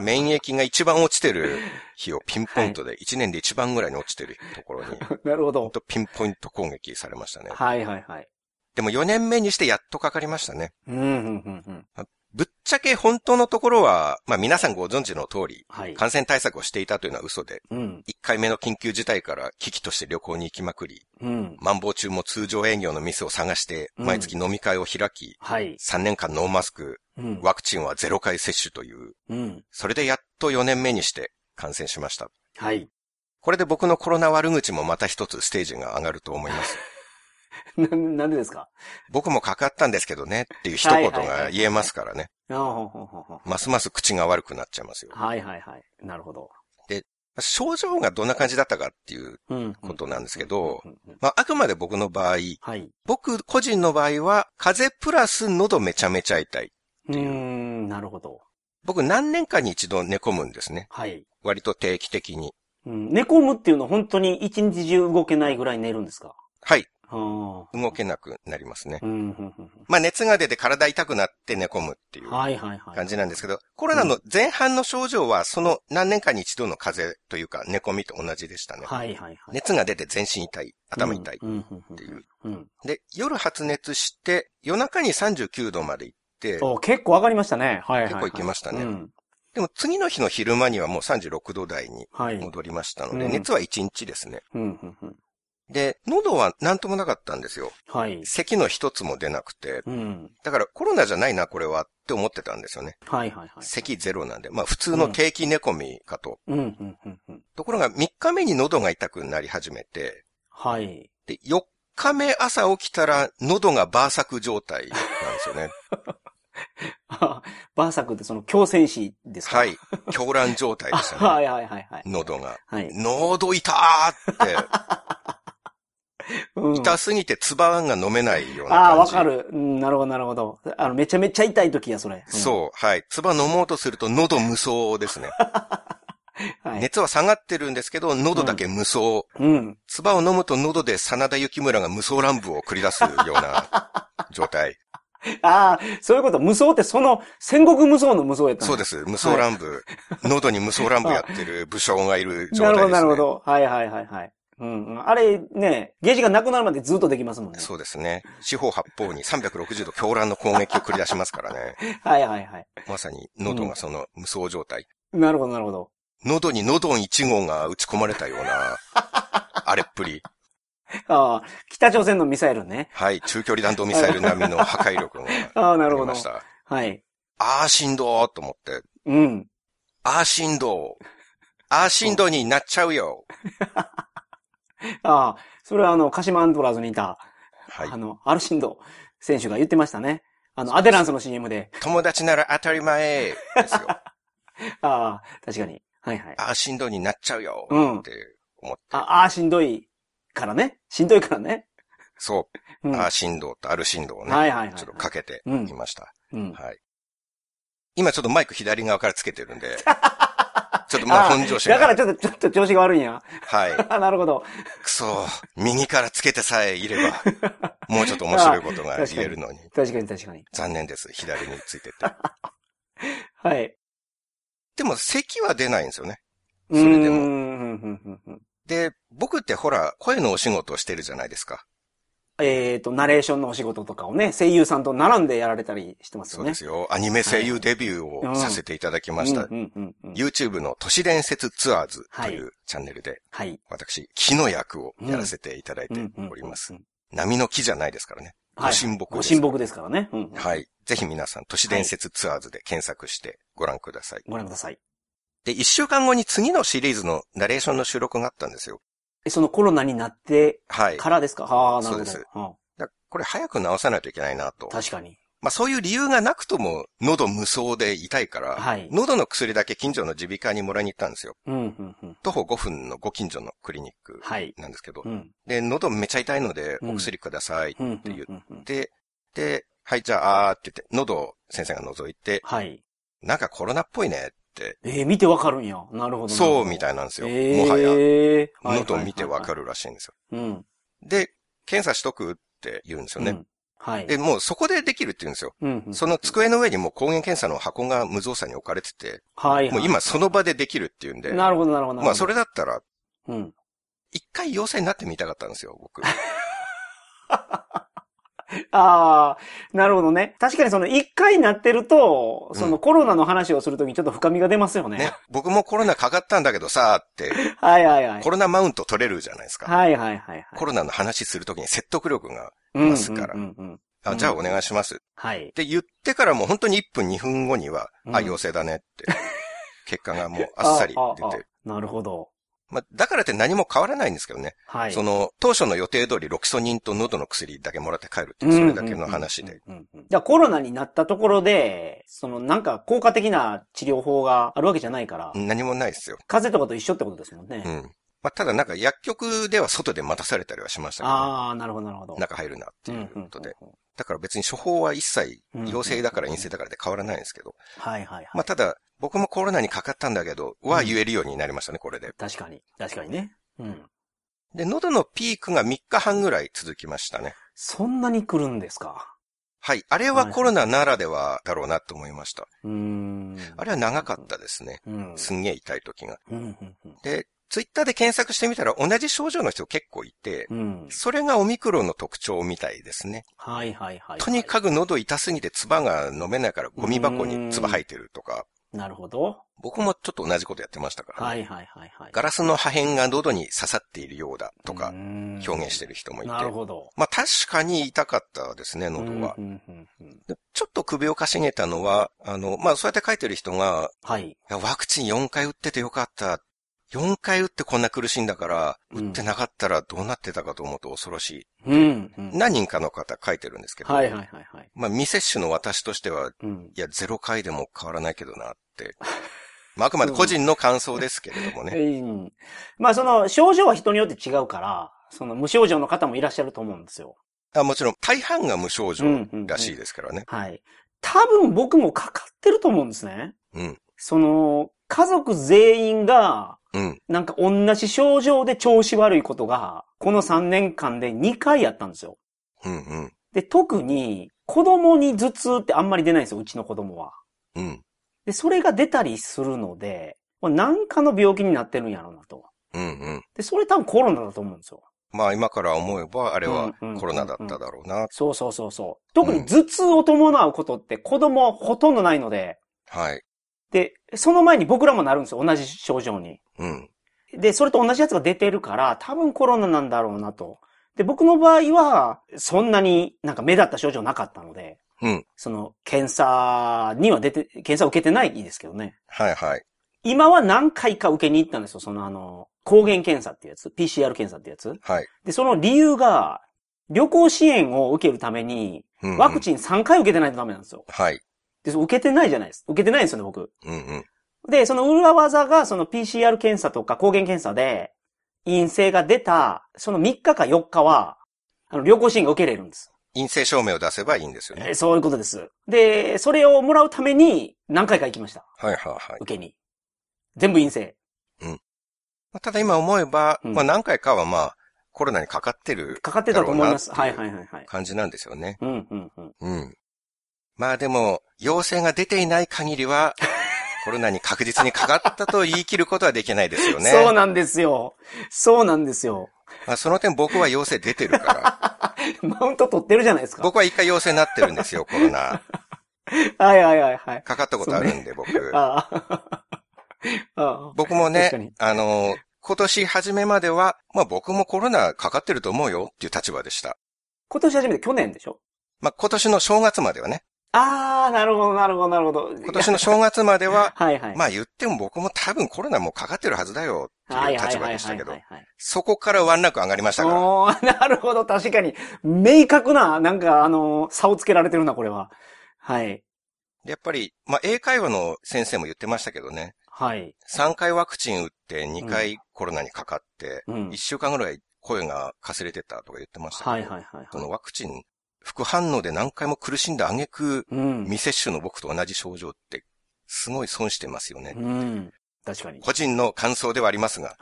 [SPEAKER 2] 免疫が一番落ちてる日をピンポイントで、一年で一番ぐらいに落ちてると ころに、ほ
[SPEAKER 3] なるほ
[SPEAKER 2] ん
[SPEAKER 3] ど。
[SPEAKER 2] とピンポイント攻撃されましたね。
[SPEAKER 3] はいはいはい。
[SPEAKER 2] でも4年目にしてやっとかかりましたね。
[SPEAKER 3] うん、うん、うん、うん。
[SPEAKER 2] ぶっちゃけ本当のところは、まあ皆さんご存知の通り、
[SPEAKER 3] はい。
[SPEAKER 2] 感染対策をしていたというのは嘘で、
[SPEAKER 3] うん、
[SPEAKER 2] 1回目の緊急事態から危機として旅行に行きまくり、
[SPEAKER 3] うん。
[SPEAKER 2] マンボウ中も通常営業の店を探して、
[SPEAKER 3] うん
[SPEAKER 2] 毎月飲み会を開き、
[SPEAKER 3] はい。
[SPEAKER 2] 3年間ノーマスク、
[SPEAKER 3] うん。
[SPEAKER 2] ワクチンは0回接種という、
[SPEAKER 3] うん。
[SPEAKER 2] それでやっと4年目にして感染しました。
[SPEAKER 3] はい。
[SPEAKER 2] これで僕のコロナ悪口もまた一つステージが上がると思い ます。
[SPEAKER 3] な、なんでですか
[SPEAKER 2] 僕もかかったんですけどねっていう一言
[SPEAKER 3] はいはいは
[SPEAKER 2] が
[SPEAKER 3] い
[SPEAKER 2] 言えますからね。
[SPEAKER 3] ああ、ほうほうほうほう。
[SPEAKER 2] ますます口が悪くなっちゃいますよ。
[SPEAKER 3] はいはいはい。なるほど。
[SPEAKER 2] 症状がどんな感じだったかっていう
[SPEAKER 3] うん。
[SPEAKER 2] ことなんですけど、
[SPEAKER 3] うんうんうん
[SPEAKER 2] まあ、あくまで僕の場合、
[SPEAKER 3] はい。
[SPEAKER 2] 僕個人の場合は、風邪プラス喉めちゃめちゃ痛い。
[SPEAKER 3] うーん、なるほど。
[SPEAKER 2] 僕何年かに一度寝込むんですね。
[SPEAKER 3] はい。
[SPEAKER 2] 割と定期的に。
[SPEAKER 3] うん、寝込むっていうのは本当に一日中動けないぐらい寝るんですか
[SPEAKER 2] はい、
[SPEAKER 3] ああ。
[SPEAKER 2] 動けなくなりますね。
[SPEAKER 3] うん、うん、うん
[SPEAKER 2] まあ、熱が出て体痛くなって寝込むっていう
[SPEAKER 3] うん。。はいはいはい。
[SPEAKER 2] 感じなんですけ
[SPEAKER 3] ど。
[SPEAKER 2] ど、コロナの前半の症状は、その何年かに一度の風邪というか、寝込みと同じでしたね。
[SPEAKER 3] はいはいはい。
[SPEAKER 2] 熱が出て全身痛い、頭痛いっ
[SPEAKER 3] うん、うん、
[SPEAKER 2] ていう。
[SPEAKER 3] うん。うん。
[SPEAKER 2] で、夜発熱して、夜中に39度まで行って、
[SPEAKER 3] お結構上がりましたね。はいはい、はい。
[SPEAKER 2] 結構行きましたね
[SPEAKER 3] うん。
[SPEAKER 2] でも次の日の昼間にはもう36度台に
[SPEAKER 3] はい。うん、
[SPEAKER 2] 戻りましたので、
[SPEAKER 3] うん
[SPEAKER 2] 熱は1日ですね。
[SPEAKER 3] うん、うん。
[SPEAKER 2] で、喉は何ともなかったんですよ。
[SPEAKER 3] はい。
[SPEAKER 2] 咳の一つも出なくて、
[SPEAKER 3] うん。
[SPEAKER 2] だからコロナじゃないな、これはって思ってたんですよね。
[SPEAKER 3] はいはいはい。
[SPEAKER 2] 咳ゼロなんで、まあ普通の定期寝込みかと。
[SPEAKER 3] うん、うん、うん、うん。
[SPEAKER 2] ところが3日目に喉が痛くなり始めて、
[SPEAKER 3] はい。
[SPEAKER 2] で、4日目朝起きたら喉がバーサク状態なんです よね。
[SPEAKER 3] あバーサクってその強戦士ですか
[SPEAKER 2] はい。狂乱状態でした
[SPEAKER 3] あは
[SPEAKER 2] ね。
[SPEAKER 3] いはいはいはい。
[SPEAKER 2] 喉が。
[SPEAKER 3] はい。
[SPEAKER 2] 喉痛ーって、
[SPEAKER 3] うん
[SPEAKER 2] 痛すぎて唾が飲めないような感じ。
[SPEAKER 3] ああ、わか。る。うん、なるほど、なるほど。あの、めちゃめちゃ痛い時や、それ。うん
[SPEAKER 2] そう、はい。唾飲もうとすると喉無双ですね。
[SPEAKER 3] はい。
[SPEAKER 2] 熱は下がってるんですけど、喉だけ無双。
[SPEAKER 3] うん。
[SPEAKER 2] 唾を飲むと喉で真田幸村が無双乱舞を繰り出すような 状態。
[SPEAKER 3] ああ、そういうこと。無双ってその戦国無双の無双やった。
[SPEAKER 2] そうですす。無双乱舞。喉に無双乱舞やってる武将がいる状
[SPEAKER 3] な
[SPEAKER 2] 態
[SPEAKER 3] る
[SPEAKER 2] です、
[SPEAKER 3] ほど、
[SPEAKER 2] ね。
[SPEAKER 3] なるほど。はいはいはいはい。うんうん。あれね、ゲージがなくなるまでずっとできますもんね。
[SPEAKER 2] そうですね。四方八方に360度狂乱の攻撃を繰り出しますからね。
[SPEAKER 3] はいはいはい。
[SPEAKER 2] まさに喉がその無双状態。
[SPEAKER 3] なるほど、なるほど。
[SPEAKER 2] 喉に喉ドン1号が打ち込まれたよう な、あれっぷり。
[SPEAKER 3] ああ、北朝鮮のミサイルね。
[SPEAKER 2] はい。中距離弾道ミサイル並みの破壊力があ
[SPEAKER 3] ああ、 なる
[SPEAKER 2] り
[SPEAKER 3] ほど
[SPEAKER 2] まし。た。
[SPEAKER 3] はい。
[SPEAKER 2] あーしんどーと思って。
[SPEAKER 3] うん。
[SPEAKER 2] あーしんどー。あーしんどになっちゃうよ。
[SPEAKER 3] ああ、それはあの、鹿島アントラーズにいた、
[SPEAKER 2] はい
[SPEAKER 3] あ。の、アルシンド選手が言ってましたね。あの、アデランスの CM で。
[SPEAKER 2] 友達なら当たり前です よ。
[SPEAKER 3] ああ、確かに。はいはい。
[SPEAKER 2] あーしんどになっちゃうよ。
[SPEAKER 3] うん
[SPEAKER 2] って思って。
[SPEAKER 3] あ、ああ、しんどいからね。しんどいからね。
[SPEAKER 2] そうう。
[SPEAKER 3] ん。
[SPEAKER 2] あー
[SPEAKER 3] はい
[SPEAKER 2] しんどとあるしんどをね。
[SPEAKER 3] はいはい。
[SPEAKER 2] ちょっとかけてみました。
[SPEAKER 3] うん。
[SPEAKER 2] はい。今ちょっとマイク左側からつけてるん で、ちょっとまあ
[SPEAKER 3] あー
[SPEAKER 2] 本調子が
[SPEAKER 3] だからちょっと、ちょっと調子が悪いんや。
[SPEAKER 2] はい。
[SPEAKER 3] なるほど。
[SPEAKER 2] くそ、右からつけてさえいれば、 もうちょっと面白いことが言えるのに。
[SPEAKER 3] 確かに確かに。
[SPEAKER 2] 残念です。左についてて。
[SPEAKER 3] はい。
[SPEAKER 2] でも、咳は出ないんですよね。
[SPEAKER 3] うー
[SPEAKER 2] そ
[SPEAKER 3] ん
[SPEAKER 2] れでも
[SPEAKER 3] うんうんうんうん
[SPEAKER 2] で、僕ってほら、声のお仕事をしてるじゃないですか。
[SPEAKER 3] えっと、ナレーションのお仕事とかをね、声優さんと並んでやられたりしてます
[SPEAKER 2] そ
[SPEAKER 3] よ
[SPEAKER 2] う
[SPEAKER 3] ね。
[SPEAKER 2] ですよ。アニメ声優デビューをさせていただきました。
[SPEAKER 3] うんうんうんうん
[SPEAKER 2] YouTube の都市伝説ツアーズというチャンネルで、
[SPEAKER 3] はい。
[SPEAKER 2] 私、木の役をやらせていただいております。
[SPEAKER 3] うんうん
[SPEAKER 2] 波の木じゃないですからね。
[SPEAKER 3] はい。
[SPEAKER 2] ご神木
[SPEAKER 3] ご
[SPEAKER 2] です
[SPEAKER 3] 神木ですからね。うん。
[SPEAKER 2] はい。ぜひ皆さん、都市伝説ツアーズで検索してご覧ください。
[SPEAKER 3] ご覧ください。
[SPEAKER 2] で、一週間後に次のシリーズのナレーションの収録があったんですよ。
[SPEAKER 3] えそのコロナになって
[SPEAKER 2] はい。
[SPEAKER 3] からですかああ、なるほど。
[SPEAKER 2] そうです
[SPEAKER 3] うん
[SPEAKER 2] だこれ早く直さないといけないなと。
[SPEAKER 3] 確かに。
[SPEAKER 2] まあそういう理由がなくとも、喉無双で痛いから、
[SPEAKER 3] はい
[SPEAKER 2] 喉の薬だけ近所の耳鼻科にもらいに行ったんですよ。
[SPEAKER 3] うん、うん、うん。
[SPEAKER 2] 徒歩5分のご近所のクリニック
[SPEAKER 3] はい。
[SPEAKER 2] なんですけど、
[SPEAKER 3] うん。
[SPEAKER 2] で、喉めちゃ痛いので、
[SPEAKER 3] うん
[SPEAKER 2] お薬くださいって
[SPEAKER 3] うん、う
[SPEAKER 2] 言っ
[SPEAKER 3] んうん。
[SPEAKER 2] て、で、はい、じゃあ、あーって言って、喉を先生が覗いて、
[SPEAKER 3] はい。
[SPEAKER 2] なんかコロナっぽいねって、
[SPEAKER 3] えー、見てわかるんや。なるほど。
[SPEAKER 2] そうみ
[SPEAKER 3] い
[SPEAKER 2] たいなんですよ。
[SPEAKER 3] えー、
[SPEAKER 2] もはや。
[SPEAKER 3] や。
[SPEAKER 2] 喉を見てわか
[SPEAKER 3] る。
[SPEAKER 2] るらしいんですよ。
[SPEAKER 3] うん。
[SPEAKER 2] で、検査しとくって言うんですよ
[SPEAKER 3] う
[SPEAKER 2] ね。
[SPEAKER 3] ん。はい。
[SPEAKER 2] で、もうそこでできるって言うんですよ。
[SPEAKER 3] うんうん
[SPEAKER 2] その机の上にもう抗原検査の箱が無造作に置かれてて、
[SPEAKER 3] はい。
[SPEAKER 2] もう今その場でできるって言うんで、
[SPEAKER 3] なるほど、なるほど。なるほど
[SPEAKER 2] まあそれ。だったら、
[SPEAKER 3] うん。
[SPEAKER 2] 一回陽性になってみたかったんですよ、僕。
[SPEAKER 3] ああ、なるほどね。確かにその一回なってると、
[SPEAKER 2] うん
[SPEAKER 3] そのコロナの話をするときにちょっと深みが出ますよね。
[SPEAKER 2] ね、僕もコロナかかったんだけどさ、って、
[SPEAKER 3] はいはいはい。
[SPEAKER 2] コロナマウント取れるじゃないですか。
[SPEAKER 3] はいはいはいはい。
[SPEAKER 2] コロナの話するときに説得力が、
[SPEAKER 3] ナ
[SPEAKER 2] ますから
[SPEAKER 3] うんうんうんうん。
[SPEAKER 2] あじゃあお願いしますっ
[SPEAKER 3] はい。
[SPEAKER 2] て言ってからもう本当に1分2分後には、
[SPEAKER 3] うん
[SPEAKER 2] あ、陽性だねっ て、結果がもうあっさり
[SPEAKER 3] あ
[SPEAKER 2] 出
[SPEAKER 3] あ
[SPEAKER 2] て、
[SPEAKER 3] あなるほど。
[SPEAKER 2] まあ、だからって何も変わらないんですけどね。
[SPEAKER 3] はい。
[SPEAKER 2] その、当初の予定通りロキソニンと喉の薬だけもらって帰るっていう、それだけの話で。
[SPEAKER 3] うんうんうんうん。じゃあコロナになったところで、そのなんか効果的な治療法があるわけじゃないから、
[SPEAKER 2] 何もないですよ。
[SPEAKER 3] 風邪とかと一緒ってことですもんね。
[SPEAKER 2] うん。まあ、ただなんか薬局では外で待たされたりはしましたけど、
[SPEAKER 3] ああ、なるほどなるほど。
[SPEAKER 2] 中入るなっていうことで。
[SPEAKER 3] うんうんうん
[SPEAKER 2] だから別に処方は一切
[SPEAKER 3] うん
[SPEAKER 2] 陽性だから陰性だからで変わらないんですけど、
[SPEAKER 3] はいはいはい。
[SPEAKER 2] まあ、ただ、僕もコロナにかかったんだけど、は言えるようになりましたね、これで。
[SPEAKER 3] 確かに。確かにね。うん。
[SPEAKER 2] で、喉のピークが3日半ぐらい続きましたね。
[SPEAKER 3] そんなに来るんですか。
[SPEAKER 2] はい。あれはコロナならではだろうなと思いました。
[SPEAKER 3] うーん。
[SPEAKER 2] あれは長かったですね。
[SPEAKER 3] うん。
[SPEAKER 2] すんげえ痛い時が。
[SPEAKER 3] うんうんうん
[SPEAKER 2] で、ツイッターで検索してみたら同じ症状の人結構いて、
[SPEAKER 3] うん。
[SPEAKER 2] それがオミクロンの特徴みたいですね。
[SPEAKER 3] はいはいはい。
[SPEAKER 2] とにかく喉痛すぎて唾が飲めないからゴミ箱に唾吐いてるとか、
[SPEAKER 3] く。なるほど。
[SPEAKER 2] 僕もちょっと同じことやってましたからね、
[SPEAKER 3] はいはいはいはい。
[SPEAKER 2] ガラスの破片が喉に刺さっているようだとか
[SPEAKER 3] 表
[SPEAKER 2] 表現してる人もいて。
[SPEAKER 3] なるほど。
[SPEAKER 2] まあ確かに痛かったですね、喉は
[SPEAKER 3] う。んうんうんうん
[SPEAKER 2] でちょっと首をかしげたのは、あの、まあそうやって書いてる人が、
[SPEAKER 3] はい。
[SPEAKER 2] いやワクチン4回打っててよかった。4回打ってこんな苦しいんだから、打ってなかったらどうなってたかと思うと恐ろしい。
[SPEAKER 3] うんうん。
[SPEAKER 2] 何人かの方書いてるんですけど、
[SPEAKER 3] はいはいはいはい。
[SPEAKER 2] まあ未接種の私としては、
[SPEAKER 3] うん。
[SPEAKER 2] いや、0回でも変わらないけどなっ て。まああくまで個人の感想ですけれどもね。
[SPEAKER 3] うん。まあその、症状は人によって違うから、その無症状の方もいらっしゃると思うんですよ。
[SPEAKER 2] あもちろん、大半が無症状
[SPEAKER 3] うんうんうん
[SPEAKER 2] らしいですからね。
[SPEAKER 3] はい。多分僕もかかってると思うんですね。
[SPEAKER 2] うん。
[SPEAKER 3] その、家族全員が、
[SPEAKER 2] うん。
[SPEAKER 3] なんか同じ症状で調子悪いことが、この3年間で2回あったんですよ。
[SPEAKER 2] うんうん。
[SPEAKER 3] で、特に、子供に頭痛ってあんまり出ないんですよ、うちの子供は。
[SPEAKER 2] うん。
[SPEAKER 3] で、それが出たりするので、まあなんかの病気になってるんやろうなと。
[SPEAKER 2] うんうん。
[SPEAKER 3] で、それ多分コロナだと思うんですよ。
[SPEAKER 2] まあ今から思えばあれは
[SPEAKER 3] うんうん
[SPEAKER 2] コロナだっただろうな。
[SPEAKER 3] そうそうそうそう。特に頭痛を伴うことって子供ほとんどないので、
[SPEAKER 2] はい。
[SPEAKER 3] で、その前に僕らもなるんですよ、同じ症状に。
[SPEAKER 2] うん。
[SPEAKER 3] で、それと同じやつが出てるから、多分コロナなんだろうなと。で、僕の場合は、そんなになんか目立った症状なかったので、
[SPEAKER 2] うん
[SPEAKER 3] その、検査には出て、検査を受けてないですけどね。
[SPEAKER 2] はいはい。
[SPEAKER 3] 今は何回か受けに行ったんですよ、そのあの、抗原検査ってやつ、PCR 検査ってやつ。
[SPEAKER 2] はい。
[SPEAKER 3] で、その理由が、旅行支援を受けるために、
[SPEAKER 2] うんうん
[SPEAKER 3] ワクチン3回受けてないとダメなんですよ。
[SPEAKER 2] はい。
[SPEAKER 3] で、それ受けてないじゃないです。受けてないんですよね、僕。
[SPEAKER 2] うんうん。
[SPEAKER 3] で、その裏技が、その PCR 検査とか抗原検査で、陰性が出た、その3日か4日は、あの、旅行支援が受けれるんです。
[SPEAKER 2] 陰性証明を出せばいいんですよ
[SPEAKER 3] えー
[SPEAKER 2] ね。
[SPEAKER 3] そういうことです。で、それをもらうために、何回か行きました。
[SPEAKER 2] はいはいはい。
[SPEAKER 3] 受けに。全部陰性。
[SPEAKER 2] まあただ今思えば、
[SPEAKER 3] うん
[SPEAKER 2] まあ何回かはまあコロナにかかってる
[SPEAKER 3] かかってたと思います。
[SPEAKER 2] だろうな
[SPEAKER 3] は
[SPEAKER 2] っ
[SPEAKER 3] い
[SPEAKER 2] ていう
[SPEAKER 3] はいはいはい。
[SPEAKER 2] 感じなんですよね。
[SPEAKER 3] うんうんうん。
[SPEAKER 2] うん。まあでも、陽性が出ていない限り は、コロナに確実にかかったと言い切ることはできないですよね。
[SPEAKER 3] そうなんですよ。そうなんですよ。
[SPEAKER 2] まあ、その点僕は陽性出てるから。
[SPEAKER 3] マウント取ってるじゃないですか。
[SPEAKER 2] 僕は一回陽性になってるんですよ、コロナ。
[SPEAKER 3] はいはいはいはい。
[SPEAKER 2] かかったことあるんで、僕。
[SPEAKER 3] あ あ。ああ。
[SPEAKER 2] 僕も
[SPEAKER 3] 確かに
[SPEAKER 2] ね、あの、今年初めまでは、まあ僕もコロナかかってると思うよっていう立場でした。
[SPEAKER 3] 今年初めて去年でしょ
[SPEAKER 2] まあ今年の正月まではね。
[SPEAKER 3] ああ、なるほどなるほどなるほど。
[SPEAKER 2] 今年の正月までは、
[SPEAKER 3] はいはい。
[SPEAKER 2] まあ言っても僕も多分コロナもうかかってるはずだよって
[SPEAKER 3] はいいうはい
[SPEAKER 2] 立
[SPEAKER 3] は
[SPEAKER 2] 場
[SPEAKER 3] い
[SPEAKER 2] でし
[SPEAKER 3] は
[SPEAKER 2] た
[SPEAKER 3] い
[SPEAKER 2] け
[SPEAKER 3] は
[SPEAKER 2] ど
[SPEAKER 3] い、はい。
[SPEAKER 2] そこからワンランク上がりましたから。
[SPEAKER 3] おーなるほど、確かに。明確な、なんか、あのー差をつけられてるな、これは。はい。
[SPEAKER 2] でやっぱり、まあ英会話の先生も言ってましたけどね、
[SPEAKER 3] はい。
[SPEAKER 2] 3回ワクチン打って2回コロナにかかって、
[SPEAKER 3] うん
[SPEAKER 2] 1。週間ぐらい声がかすれてたとか言ってましたけど、
[SPEAKER 3] はいはいはい
[SPEAKER 2] そ
[SPEAKER 3] は
[SPEAKER 2] の
[SPEAKER 3] い。
[SPEAKER 2] ワクチン、副反応で何回も苦しんだ挙句、
[SPEAKER 3] うん。
[SPEAKER 2] 未接種の僕と同じ症状って、すごい損してますよね。
[SPEAKER 3] うん。確かに。
[SPEAKER 2] 個人の感想ではありますが、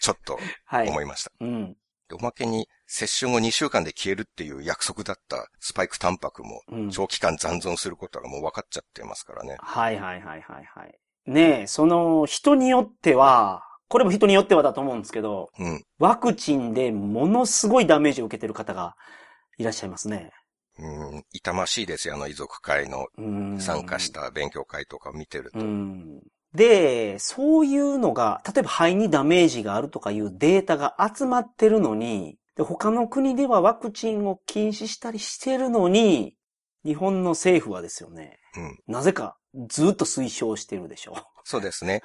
[SPEAKER 2] ちょっと
[SPEAKER 3] はい。
[SPEAKER 2] 思いました。
[SPEAKER 3] うん。
[SPEAKER 2] でおまけに、接種後2週間で消えるっていう約束だったスパイクタンパクも、
[SPEAKER 3] うん。
[SPEAKER 2] 長期間残存することがもう分かっちゃってますからね。
[SPEAKER 3] はいはいはいはいはい。ねえ、その、人によっては、これも人によってはだと思うんですけど、
[SPEAKER 2] うん。
[SPEAKER 3] ワクチンでものすごいダメージを受けてる方がいらっしゃいますね。
[SPEAKER 2] うん、痛ましいですよ。あの、遺族会の
[SPEAKER 3] うん。
[SPEAKER 2] 参加し。た勉強会とか見てると。
[SPEAKER 3] うん。で、そういうのが、例えば肺にダメージがあるとかいうデータが集まってるのに、で他の国ではワクチンを禁止したりしてるのに、日本の政府はですよね。
[SPEAKER 2] うん
[SPEAKER 3] なぜか、ずっと推奨してるでしょ。
[SPEAKER 2] そうですね。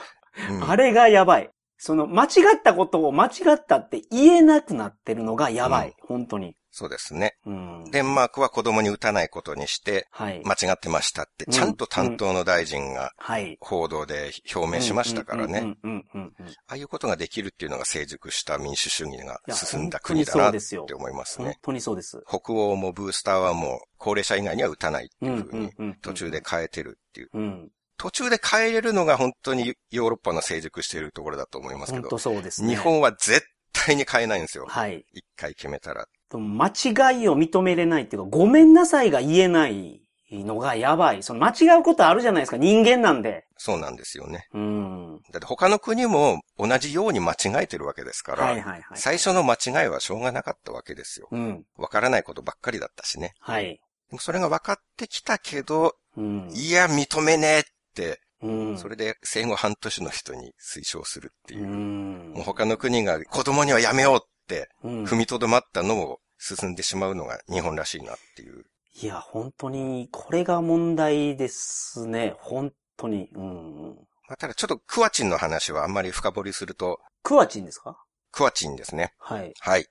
[SPEAKER 2] うん
[SPEAKER 3] あれがやばい。その、間違ったことを間違ったって言えなくなってるのがやばい。
[SPEAKER 2] うん
[SPEAKER 3] 本当に。
[SPEAKER 2] そうですね。
[SPEAKER 3] うん。
[SPEAKER 2] デンマークは子供に打たないことにして、
[SPEAKER 3] はい。
[SPEAKER 2] 間違ってましたって、
[SPEAKER 3] うん
[SPEAKER 2] ちゃんと担当の大臣が
[SPEAKER 3] はい。
[SPEAKER 2] 報道で表明しましたから
[SPEAKER 3] う
[SPEAKER 2] ね。
[SPEAKER 3] んうんうんうんうんうん。
[SPEAKER 2] ああいうことができるっていうのが成熟した民主主義が
[SPEAKER 3] いや
[SPEAKER 2] 進んだ国だな
[SPEAKER 3] 本当にそう
[SPEAKER 2] っ
[SPEAKER 3] ですよ
[SPEAKER 2] て思います
[SPEAKER 3] 本
[SPEAKER 2] ね。
[SPEAKER 3] 当にそうです。
[SPEAKER 2] 北欧もブースターはもう高齢者以外には打たないって
[SPEAKER 3] う
[SPEAKER 2] い
[SPEAKER 3] ん
[SPEAKER 2] うふうに
[SPEAKER 3] うんうん
[SPEAKER 2] 途中で。変えてるっていう。
[SPEAKER 3] うん。
[SPEAKER 2] 途中で変えれるのが本当にヨーロッパの成熟しているところだと思いますけ
[SPEAKER 3] 本
[SPEAKER 2] ど
[SPEAKER 3] 当、そうですね。
[SPEAKER 2] 日本は絶対に変えないんですよ。
[SPEAKER 3] はい。
[SPEAKER 2] 一回決めたら。
[SPEAKER 3] でも間違いを認めれないっていうか、ごめんなさいが言えないのがやばい。その間違うことあるじゃないですか。人間なんで。
[SPEAKER 2] そうなんですよね。
[SPEAKER 3] うん。は
[SPEAKER 2] だって他の国も同じように間違えてるわけですか
[SPEAKER 3] い
[SPEAKER 2] ら、
[SPEAKER 3] はいはい。
[SPEAKER 2] 最初の間違いはしょうがなかったわけですよ。
[SPEAKER 3] うん。
[SPEAKER 2] わからないことばっかりだったしね。
[SPEAKER 3] はい。
[SPEAKER 2] でもそれが分かってきたけど、
[SPEAKER 3] うん。
[SPEAKER 2] いや、認めねえって、
[SPEAKER 3] うん。
[SPEAKER 2] それで生後半年の人に推奨するっていうう。
[SPEAKER 3] ん
[SPEAKER 2] もう他の国が子供にはやめようって
[SPEAKER 3] うん
[SPEAKER 2] 踏みとどまったのを進んでしまうのが日本らしいなっていう。
[SPEAKER 3] いや、本当に、これが問題ですね。本当に。うん。
[SPEAKER 2] まあ、ただちょっとクワチンの話はあんまり深掘りすると、
[SPEAKER 3] クワチンですか
[SPEAKER 2] クワチンですね。
[SPEAKER 3] はい。
[SPEAKER 2] はい。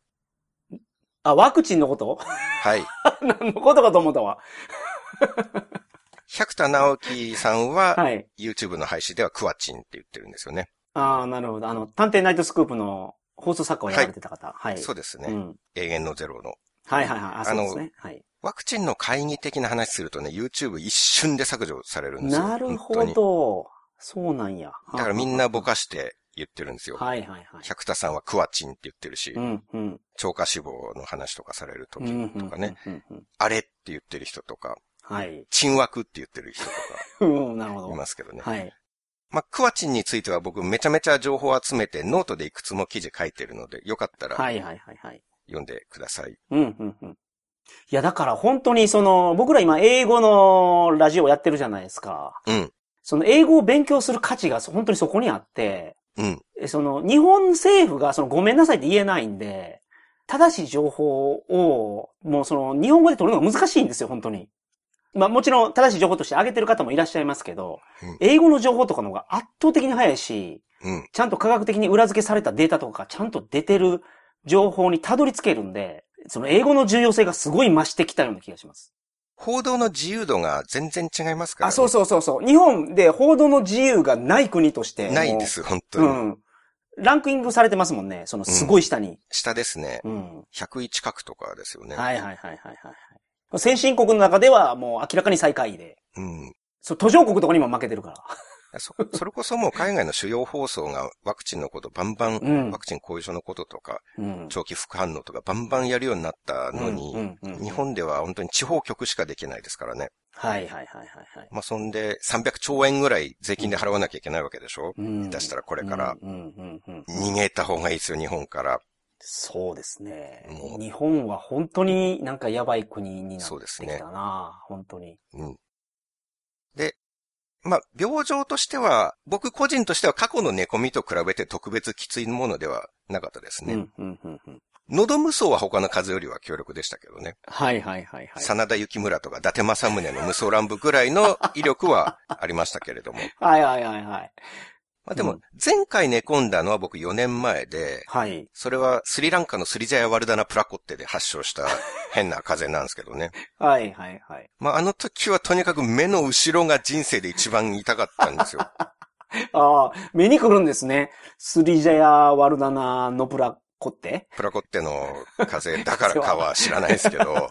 [SPEAKER 3] あ、ワクチンのこと
[SPEAKER 2] はい。
[SPEAKER 3] 何のことかと思ったわ。
[SPEAKER 2] 百田直樹さんは、
[SPEAKER 3] はい。
[SPEAKER 2] YouTube の配信ではクワチンって言ってるんですよね。
[SPEAKER 3] ああ、なるほど。あの、探偵ナイトスクープの放送作家をやられてた方。はい。
[SPEAKER 2] そうです
[SPEAKER 3] う
[SPEAKER 2] ね。
[SPEAKER 3] ん。
[SPEAKER 2] 永遠のゼロの。
[SPEAKER 3] はいはいはい。あ、そ
[SPEAKER 2] あ
[SPEAKER 3] う
[SPEAKER 2] の
[SPEAKER 3] ですね。はい。
[SPEAKER 2] ワクチンの会議的な話するとね、YouTube 一瞬で削除されるんですよ。
[SPEAKER 3] なるほ
[SPEAKER 2] 本当に。
[SPEAKER 3] ど。そうなんや。
[SPEAKER 2] だからみんなぼかして言ってるんですよ。
[SPEAKER 3] はいはいはい。
[SPEAKER 2] 百田さんはクワチンって言ってるし
[SPEAKER 3] う、んうん。
[SPEAKER 2] 超過脂肪の話とかされると
[SPEAKER 3] うんうん
[SPEAKER 2] とかね、。
[SPEAKER 3] うんうん
[SPEAKER 2] あれって言ってる人とか、
[SPEAKER 3] はい。
[SPEAKER 2] 沈枠って言ってる人と
[SPEAKER 3] うん、なるほ
[SPEAKER 2] か
[SPEAKER 3] ど。
[SPEAKER 2] いますけどね。
[SPEAKER 3] はい。
[SPEAKER 2] まあ、クワチンについては僕めちゃめちゃ情報を集めてノートでいくつも記事書いてるので、よかったら
[SPEAKER 3] はいはいはいはい。
[SPEAKER 2] 読んでください。
[SPEAKER 3] うんうんうん。いや、だから本当にその、僕ら今英語のラジオやってるじゃないですか。
[SPEAKER 2] うん。
[SPEAKER 3] その英語を勉強する価値がそ本当にそこにあって、
[SPEAKER 2] うん。
[SPEAKER 3] えその、日本政府がそのごめんなさいって言えないんで、正しい情報を、もうその、日本語で取るのが難しいんですよ、本当に。まあもちろん正しい情報として上げてる方もいらっしゃいますけど、
[SPEAKER 2] うん
[SPEAKER 3] 英語の情報とかの方が圧倒的に早いし、
[SPEAKER 2] うん。
[SPEAKER 3] ちゃんと科学的に裏付けされたデータとかがちゃんと出てる情報にたどり着けるんで、その英語の重要性がすごい増してきたような気がします。
[SPEAKER 2] 報道の自由度が全然違いますから、ね。
[SPEAKER 3] あ、そうそうそうそう。日本で報道の自由がない国として。
[SPEAKER 2] ないんで。す、本当
[SPEAKER 3] う
[SPEAKER 2] に。
[SPEAKER 3] ん。ランクイングされてますもんね。そのすごい下に。
[SPEAKER 2] 下ですね。
[SPEAKER 3] うん。
[SPEAKER 2] 101角とかですよね。
[SPEAKER 3] はいはいはいはいはいはい。先進国の中ではもう明らかに最下位で。
[SPEAKER 2] うん。
[SPEAKER 3] そう、途上国とかにも負けてるから。
[SPEAKER 2] そ、 それこそもう海外の主要放送がワクチンのことバンバン、
[SPEAKER 3] うん
[SPEAKER 2] ワクチン後遺症のこととか、
[SPEAKER 3] うん。
[SPEAKER 2] 長期副反応とかバンバンやるようになったのに、
[SPEAKER 3] うんうんうん
[SPEAKER 2] 日本では本当に地方局しかできないですからね。
[SPEAKER 3] はいはいはいはいはい。
[SPEAKER 2] まあ、そんで300兆円ぐらい税金で払わなきゃいけないわけでしょ、
[SPEAKER 3] うん
[SPEAKER 2] 出したらこれから。
[SPEAKER 3] うんうんうんうん。
[SPEAKER 2] 逃げた方がいいですよ、日本から。
[SPEAKER 3] そうですね
[SPEAKER 2] も。う
[SPEAKER 3] 日本は本当になんかやばい国にな
[SPEAKER 2] そう
[SPEAKER 3] っ
[SPEAKER 2] です
[SPEAKER 3] て
[SPEAKER 2] ね
[SPEAKER 3] きたな、本当に。
[SPEAKER 2] うん。で、まあ、病状としては、僕個人としては過去の寝込みと比べて特別きついものではなかったですね。
[SPEAKER 3] うんうんうんうん。
[SPEAKER 2] 喉無双は他の風邪よりは強力でしたけどね。
[SPEAKER 3] はいはいはいはい。
[SPEAKER 2] 真田幸村とか伊達政宗の無双乱舞ぐらいの威力はありましたけれども。
[SPEAKER 3] はいはいはいはい。
[SPEAKER 2] まあで
[SPEAKER 3] う
[SPEAKER 2] も
[SPEAKER 3] ん、
[SPEAKER 2] 前回寝込んだのは僕4年前で、
[SPEAKER 3] はい。
[SPEAKER 2] それはスリランカのスリジャヤワルダナプラコッテで発症した変な風邪なんですけどね。
[SPEAKER 3] はいはいはい。
[SPEAKER 2] まああの時はとにかく目の後ろが人生で一番痛かったんです よ。
[SPEAKER 3] ああ、目に来るんですね。スリジャヤワルダナノプラコって。
[SPEAKER 2] プラコッテの風邪だからかは知らないですけど、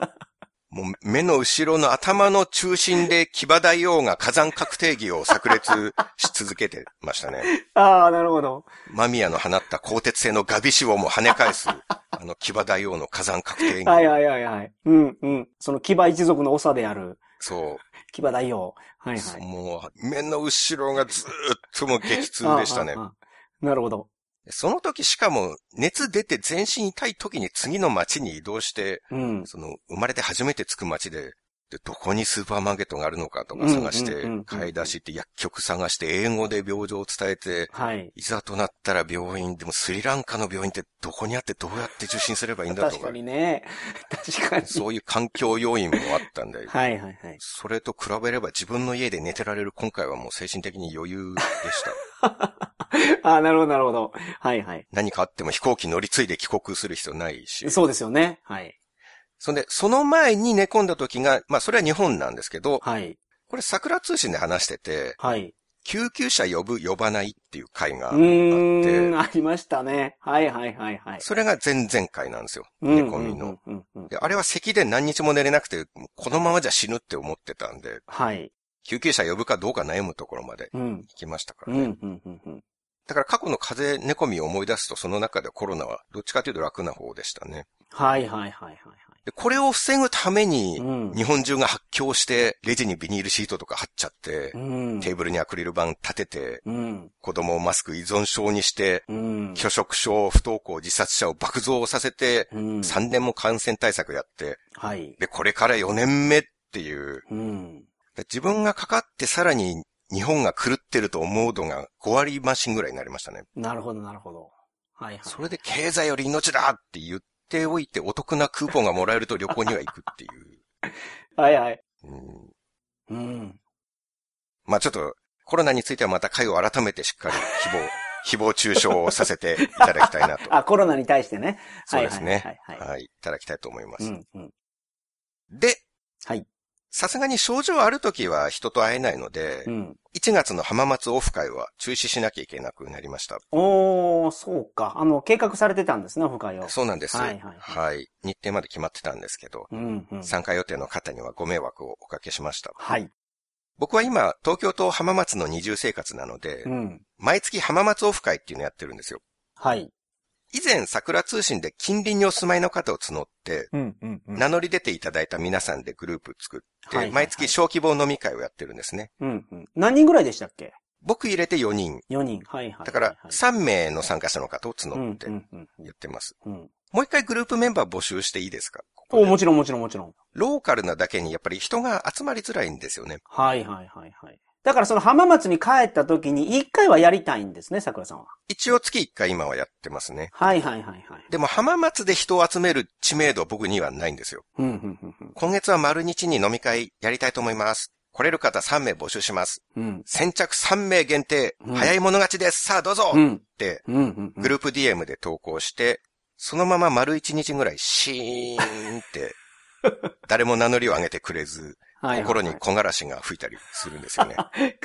[SPEAKER 2] もう目の後ろの頭の中心で騎馬大王が火山核定義を炸裂し続けてました ね。
[SPEAKER 3] ああ、なるほど。
[SPEAKER 2] マミヤの放った鋼鉄製のガビシをも跳ね返す、あの騎馬大王の火山核定
[SPEAKER 3] はい
[SPEAKER 2] 義。
[SPEAKER 3] はいはいはい。うんうん。その騎馬一族の長である
[SPEAKER 2] そ
[SPEAKER 3] 騎馬大王。はいは
[SPEAKER 2] う。
[SPEAKER 3] い。
[SPEAKER 2] もう目の後ろがずーっともう激痛でしたね
[SPEAKER 3] あ。あ。ああなるほど。
[SPEAKER 2] その時しかも熱出て全身痛い時に次の町に移動して、
[SPEAKER 3] うん。
[SPEAKER 2] その、生まれて初めて着く街で、で、どこにスーパーマーケットがあるのかとか探し
[SPEAKER 3] うんう
[SPEAKER 2] て
[SPEAKER 3] んうんうん、
[SPEAKER 2] 買い出しって薬局探して、英語で病状を伝えて、
[SPEAKER 3] はい。
[SPEAKER 2] いざとなったら病院、でもスリランカの病院ってどこにあってどうやって受診すればいいんだと
[SPEAKER 3] 確
[SPEAKER 2] か
[SPEAKER 3] か、にね。確かに。
[SPEAKER 2] そういう環境要因もあったんで、
[SPEAKER 3] はいはいはい。
[SPEAKER 2] それと比べれば自分の家で寝てられる今回はもう精神的に余裕でした。
[SPEAKER 3] ああ、なるほどなるほど。はいはい。
[SPEAKER 2] 何かあっても飛行機乗り継いで帰国する必要ないし。
[SPEAKER 3] そうですよね。はい。
[SPEAKER 2] そんで、その前に寝込んだ時が、まあそれは日本なんですけど、
[SPEAKER 3] はい。
[SPEAKER 2] これ桜通信で話してて、
[SPEAKER 3] はい。
[SPEAKER 2] 救急車呼ぶ、呼ばないっていう回があ
[SPEAKER 3] う
[SPEAKER 2] っ
[SPEAKER 3] ーん。
[SPEAKER 2] て、
[SPEAKER 3] ありましたね。はいはいはいはい。
[SPEAKER 2] それが前々回なんですよ。
[SPEAKER 3] うん
[SPEAKER 2] 寝込みの。。
[SPEAKER 3] うんうんうんうん
[SPEAKER 2] であれは咳で何日も寝れなくて、もうこのままじゃ死ぬって思ってたんで、
[SPEAKER 3] はい。
[SPEAKER 2] 救急車呼ぶかどうか悩むところまで
[SPEAKER 3] うん。
[SPEAKER 2] 行きましたか
[SPEAKER 3] う
[SPEAKER 2] ら
[SPEAKER 3] ん
[SPEAKER 2] ね。
[SPEAKER 3] うんうんうん。
[SPEAKER 2] だから過去の風邪寝込みを思い出すと、その中でコロナはどっちかというと楽な方でしたね。
[SPEAKER 3] はいはいはいはいは
[SPEAKER 2] で、これを防ぐため
[SPEAKER 3] い。
[SPEAKER 2] に
[SPEAKER 3] う、ん。
[SPEAKER 2] 日本中が発狂して、レジにビニールシートとか貼っちゃって
[SPEAKER 3] う、ん。
[SPEAKER 2] テーブルにアクリル板立てて、
[SPEAKER 3] うん。
[SPEAKER 2] 子供をマスク依存症にして、
[SPEAKER 3] うん。
[SPEAKER 2] 拒食症、不登校、自殺者を爆増させて、
[SPEAKER 3] うん。
[SPEAKER 2] 3年も感染対策やって、
[SPEAKER 3] はい。
[SPEAKER 2] で、これから4年目っていう、
[SPEAKER 3] うん。
[SPEAKER 2] で自分がかかってさらに日本が狂ってると思うのが5割増しぐらいになりましたね。
[SPEAKER 3] なるほど、なるほど。はいはい。
[SPEAKER 2] それで経済より命だって言っておいてお得なクーポンがもらえると旅行には行くっていう。
[SPEAKER 3] はいはい。
[SPEAKER 2] うん、
[SPEAKER 3] うん。
[SPEAKER 2] まあちょっとコロナについてはまた会を改めてしっかり誹謗、誹謗 中傷をさせていた だきたいなと。
[SPEAKER 3] あ、コロナに対してね。
[SPEAKER 2] そうですね
[SPEAKER 3] はいはいはいはい。
[SPEAKER 2] はい、いただきたいと思いま
[SPEAKER 3] う
[SPEAKER 2] す。
[SPEAKER 3] んうん。
[SPEAKER 2] で、
[SPEAKER 3] はい。
[SPEAKER 2] さすがに症状あるときは人と会えないので、
[SPEAKER 3] うん。
[SPEAKER 2] 1月の浜松オフ会は中止しなきゃいけなくなりました。
[SPEAKER 3] おー、そうか。あの、計画されてたんですね、オフ会を。
[SPEAKER 2] そうなんです。
[SPEAKER 3] はいはい
[SPEAKER 2] はい日程まで決まってたんですけど、
[SPEAKER 3] うんうん。
[SPEAKER 2] 参加予定の方にはご迷惑をおかけしました。
[SPEAKER 3] はい。
[SPEAKER 2] 僕は今、東京と浜松の二重生活なので、
[SPEAKER 3] うん。
[SPEAKER 2] 毎月浜松オフ会っていうのやってるんですよ。
[SPEAKER 3] はい。
[SPEAKER 2] 以前、桜通信で近隣にお住まいの方を募って、
[SPEAKER 3] うん、うん、うん。
[SPEAKER 2] 名乗り出ていただいた皆さんでグループ作っ
[SPEAKER 3] はい
[SPEAKER 2] て、毎月。小規模飲み会をやってるんですね。
[SPEAKER 3] うん、うん。何人ぐらいでしたっけ
[SPEAKER 2] 僕入れて4人。
[SPEAKER 3] ?4 人。はい、はい。
[SPEAKER 2] だから
[SPEAKER 3] はい
[SPEAKER 2] 3名の参加者の方を
[SPEAKER 3] はい
[SPEAKER 2] 募って
[SPEAKER 3] うん、うん、うん
[SPEAKER 2] 言ってます。
[SPEAKER 3] うん。
[SPEAKER 2] もう一回グループメンバー募集していいですかここ
[SPEAKER 3] お、
[SPEAKER 2] で
[SPEAKER 3] もちろん、もちろん、もちろん。
[SPEAKER 2] ローカルなだけにやっぱり人が集まりづらいんですよね。
[SPEAKER 3] はい、はい、はい、はい。だからその浜松に帰った時に一回はやりたいんですね、桜さんは。
[SPEAKER 2] 一応月1回今はやってますね。
[SPEAKER 3] はい、はい、はい、はい。
[SPEAKER 2] でも浜松で人を集める知名度は僕にはないんですよ。
[SPEAKER 3] うん、うん、うん、うん。
[SPEAKER 2] 今月は丸日に飲み会やりたいと思います。来れる方3名募集します。
[SPEAKER 3] うん。
[SPEAKER 2] 先着3名限定。
[SPEAKER 3] うん
[SPEAKER 2] 早い者勝ちです。さあどうぞ、
[SPEAKER 3] う
[SPEAKER 2] っ
[SPEAKER 3] ん。
[SPEAKER 2] て
[SPEAKER 3] うん。うん。
[SPEAKER 2] グループ DM で投稿して、そのまま丸1日ぐらいシーン って、誰も名乗りを上げてくれず、
[SPEAKER 3] はいはい
[SPEAKER 2] 心
[SPEAKER 3] はい
[SPEAKER 2] に木枯らしが吹いたりするんですよ ね。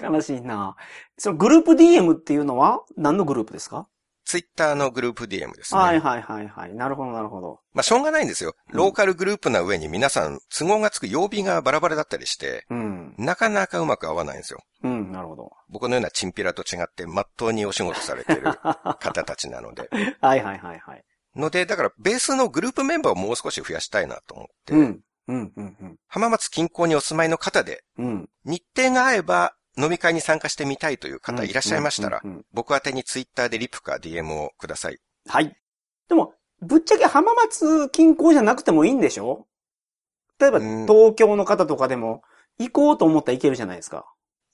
[SPEAKER 3] 悲しいなそのグループ DM っていうのは何のグループですか
[SPEAKER 2] ツイッターのグループ DM ですね。
[SPEAKER 3] はいはいはいはい。なるほどなるほど。
[SPEAKER 2] まあ、しょうがないんですよ。ローカルグループな上に皆さん都合がつく曜日がバラバラだったりして、
[SPEAKER 3] うん。
[SPEAKER 2] なかなかうまく合わないんですよ。
[SPEAKER 3] うん、なるほど。
[SPEAKER 2] 僕のようなチンピラと違って、まっとうにお仕事されてる
[SPEAKER 3] は
[SPEAKER 2] 方たちなので。
[SPEAKER 3] いはいはいはい。
[SPEAKER 2] ので、だから、ベースのグループメンバーをもう少し増やしたいなと思って、
[SPEAKER 3] うん。うん、うん、うん。
[SPEAKER 2] 浜松近郊にお住まいの方で、
[SPEAKER 3] うん。
[SPEAKER 2] 日程が合えば飲み会に参加してみたいという方いらっしゃいましたら
[SPEAKER 3] う、んうんうん
[SPEAKER 2] 僕宛てにツイッターでリプか DM をください。
[SPEAKER 3] はい。でも、ぶっちゃけ浜松近郊じゃなくてもいいんでしょ例えば、
[SPEAKER 2] うん
[SPEAKER 3] 東京の方とかでも、行こうと思ったら行けるじゃないですか。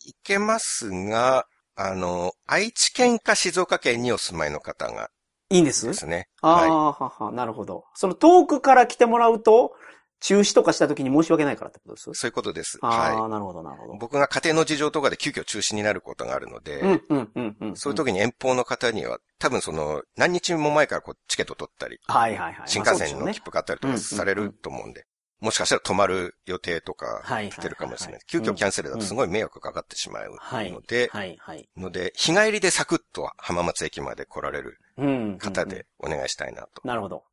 [SPEAKER 2] いけますが、あの、愛知県か静岡県にお住まいの方が
[SPEAKER 3] いいんです
[SPEAKER 2] ですね。
[SPEAKER 3] あ
[SPEAKER 2] はい
[SPEAKER 3] あ、はは、なるほど。その遠くから来てもらうと、中止とかした時に申し訳ないからってことです
[SPEAKER 2] そういうことです。
[SPEAKER 3] ああ、
[SPEAKER 2] は
[SPEAKER 3] なるほど、なるほ
[SPEAKER 2] い。
[SPEAKER 3] ど。
[SPEAKER 2] 僕が家庭の事情とかで急遽中止になることがあるので、
[SPEAKER 3] うん、うん、うん、うん。
[SPEAKER 2] そういう時に遠方の方には、多分その、何日も前からこうチケット取ったり、
[SPEAKER 3] はいはいはい。
[SPEAKER 2] 新幹線
[SPEAKER 3] ま
[SPEAKER 2] の
[SPEAKER 3] あ
[SPEAKER 2] 切符買ったりとかされると思うんで、もしかしたら泊まる予定とか来てるかもしれない。急遽キャンセルだとすごい迷惑かかってしまうので、
[SPEAKER 3] はいはい。
[SPEAKER 2] ので、日帰りでサクッと浜松駅まで来られる
[SPEAKER 3] うん。
[SPEAKER 2] 方
[SPEAKER 3] うん。
[SPEAKER 2] でお願いしたいなと。
[SPEAKER 3] なるほど。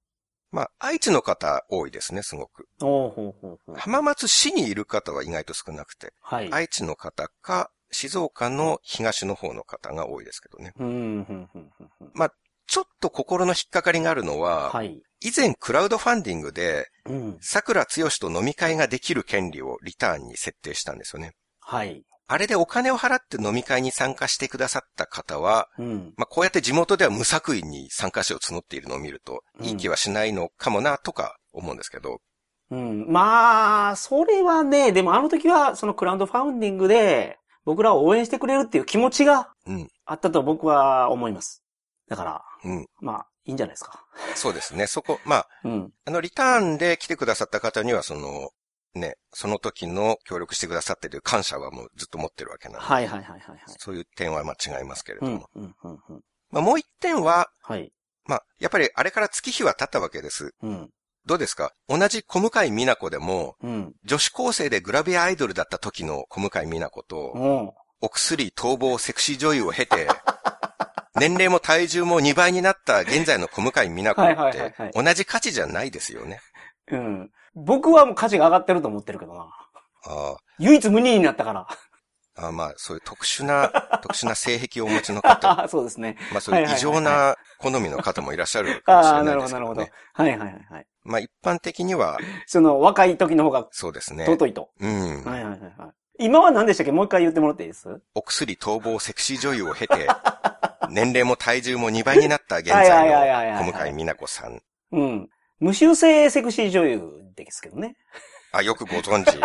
[SPEAKER 2] まあ、愛知の方多いですね、すごく。
[SPEAKER 3] おおほうほうほう。
[SPEAKER 2] 浜松市にいる方は意外と少なくて、
[SPEAKER 3] はい。
[SPEAKER 2] 愛知の方か、静岡の東の方の方が多いですけどね。
[SPEAKER 3] うん、うん、うん、うんうん。
[SPEAKER 2] ちょっと心の引っかかりがあるのは、
[SPEAKER 3] はい。
[SPEAKER 2] 以前クラウドファンディングで、
[SPEAKER 3] うん。
[SPEAKER 2] 桜つよしと飲み会ができる権利をリターンに設定したんですよね。
[SPEAKER 3] はい。
[SPEAKER 2] あれでお金を払って飲み会に参加してくださった方は、
[SPEAKER 3] うん。
[SPEAKER 2] まあ、こうやって地元では無作為に参加者を募っているのを見ると、
[SPEAKER 3] うん
[SPEAKER 2] いい気はしないのかもな、とか思うんですけど、
[SPEAKER 3] うん。まあ、それはね、でもあの時は、そのクラウドファウンディングで、僕らを応援してくれるっていう気持ちが
[SPEAKER 2] うん、
[SPEAKER 3] あったと僕は思います。だから、
[SPEAKER 2] うん
[SPEAKER 3] まあ、いいんじゃないですか。
[SPEAKER 2] そうですね。そこ、まあ、
[SPEAKER 3] うん。
[SPEAKER 2] あの、リターンで来てくださった方には、その、ね、その時の協力してくださってという感謝はもうずっと持ってるわけなので、
[SPEAKER 3] はいはいはいはいはい。
[SPEAKER 2] そういう点はまあ違いますけれ
[SPEAKER 3] う
[SPEAKER 2] ども。
[SPEAKER 3] ん、うん、うん、うん。
[SPEAKER 2] まあ、もう一点は、
[SPEAKER 3] はい。
[SPEAKER 2] まあ、やっぱりあれから月日は経ったわけです。
[SPEAKER 3] うん、
[SPEAKER 2] どうですか同じ小向井美奈子でも、
[SPEAKER 3] うん。
[SPEAKER 2] 女子高生でグラビアアイドルだった時の小向井美奈子と、
[SPEAKER 3] もう、
[SPEAKER 2] お薬、逃亡、セクシー女優を経 て、年齢も体重も2倍になった現在の小向井美奈子
[SPEAKER 3] は
[SPEAKER 2] っ
[SPEAKER 3] いはいはいはい
[SPEAKER 2] て、同じ価値じゃないですよね。
[SPEAKER 3] うん。僕はもう価値が上がってると思ってるけどな。
[SPEAKER 2] あ
[SPEAKER 3] 唯一無二になったから。
[SPEAKER 2] あああまあ、そういう特殊 な、特殊な性癖をお持ちの方、
[SPEAKER 3] そうですね。
[SPEAKER 2] まあそういう異常
[SPEAKER 3] はいはい
[SPEAKER 2] な好みの方もいらっしゃるかもし
[SPEAKER 3] ああ、
[SPEAKER 2] れな
[SPEAKER 3] な
[SPEAKER 2] い
[SPEAKER 3] る
[SPEAKER 2] で
[SPEAKER 3] ほ
[SPEAKER 2] す
[SPEAKER 3] ど、
[SPEAKER 2] け
[SPEAKER 3] なる
[SPEAKER 2] ど
[SPEAKER 3] ほど
[SPEAKER 2] ね。。
[SPEAKER 3] はいはいはいはい。
[SPEAKER 2] まあ一般的には、
[SPEAKER 3] その若い時の方が
[SPEAKER 2] そうですね。
[SPEAKER 3] 尊いと。
[SPEAKER 2] うん。
[SPEAKER 3] はいはいはいはい。今は何でしたっけもう一回言ってもらっていいですは
[SPEAKER 2] お薬、逃亡、セクシー女優を経て、 年齢も体重も2倍になった現
[SPEAKER 3] いはいは
[SPEAKER 2] 在
[SPEAKER 3] いはいは
[SPEAKER 2] の
[SPEAKER 3] い。
[SPEAKER 2] 小向井美奈子さん。
[SPEAKER 3] うん。無修正セクシー女優ですけどね。
[SPEAKER 2] あ、よくご存知。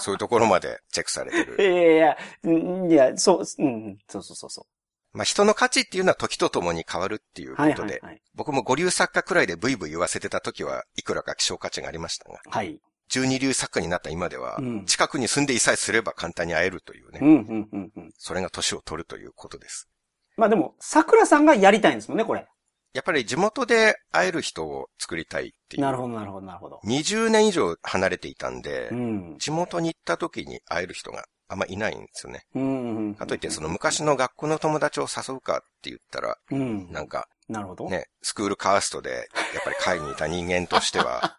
[SPEAKER 2] そういうところまでチェックされて
[SPEAKER 3] い
[SPEAKER 2] る。
[SPEAKER 3] やいやいや、うんいや、そう、うん、そうそうそうそ
[SPEAKER 2] まあ人の価値っていうのは時とともに変わるっていう
[SPEAKER 3] う。
[SPEAKER 2] こ
[SPEAKER 3] はい
[SPEAKER 2] と
[SPEAKER 3] はい
[SPEAKER 2] で、
[SPEAKER 3] はい。
[SPEAKER 2] 僕も五流作家くらいでブイブイ言わせてた時はいくらか希少価値がありましたが、
[SPEAKER 3] はい。
[SPEAKER 2] 十二流作家になった今では
[SPEAKER 3] うん、
[SPEAKER 2] 近くに住んでいさえすれば簡単に会えるという
[SPEAKER 3] う
[SPEAKER 2] ね、
[SPEAKER 3] ん、うん、うん、うん。
[SPEAKER 2] それが年を取るということです。
[SPEAKER 3] まあでも、桜さんがやりたいんですもんね、これ。
[SPEAKER 2] やっぱり地元で会える人を作りたいっていう。
[SPEAKER 3] なるほど、なるほど、なるほど。
[SPEAKER 2] 20年以上離れていたんで、
[SPEAKER 3] うん。
[SPEAKER 2] 地元に行った時に会える人があんまいないんですよね。
[SPEAKER 3] うんうん。
[SPEAKER 2] かといって、その昔の学校の友達を誘うかって言ったら、
[SPEAKER 3] うん。
[SPEAKER 2] なんか
[SPEAKER 3] なるほど。
[SPEAKER 2] ね、スクールカーストで、やっぱり会にいた人間として は、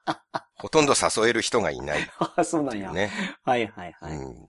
[SPEAKER 2] ほとんど誘える人がいない
[SPEAKER 3] あ、そうなんや。
[SPEAKER 2] ね。
[SPEAKER 3] はいはいは
[SPEAKER 2] う
[SPEAKER 3] い。
[SPEAKER 2] ん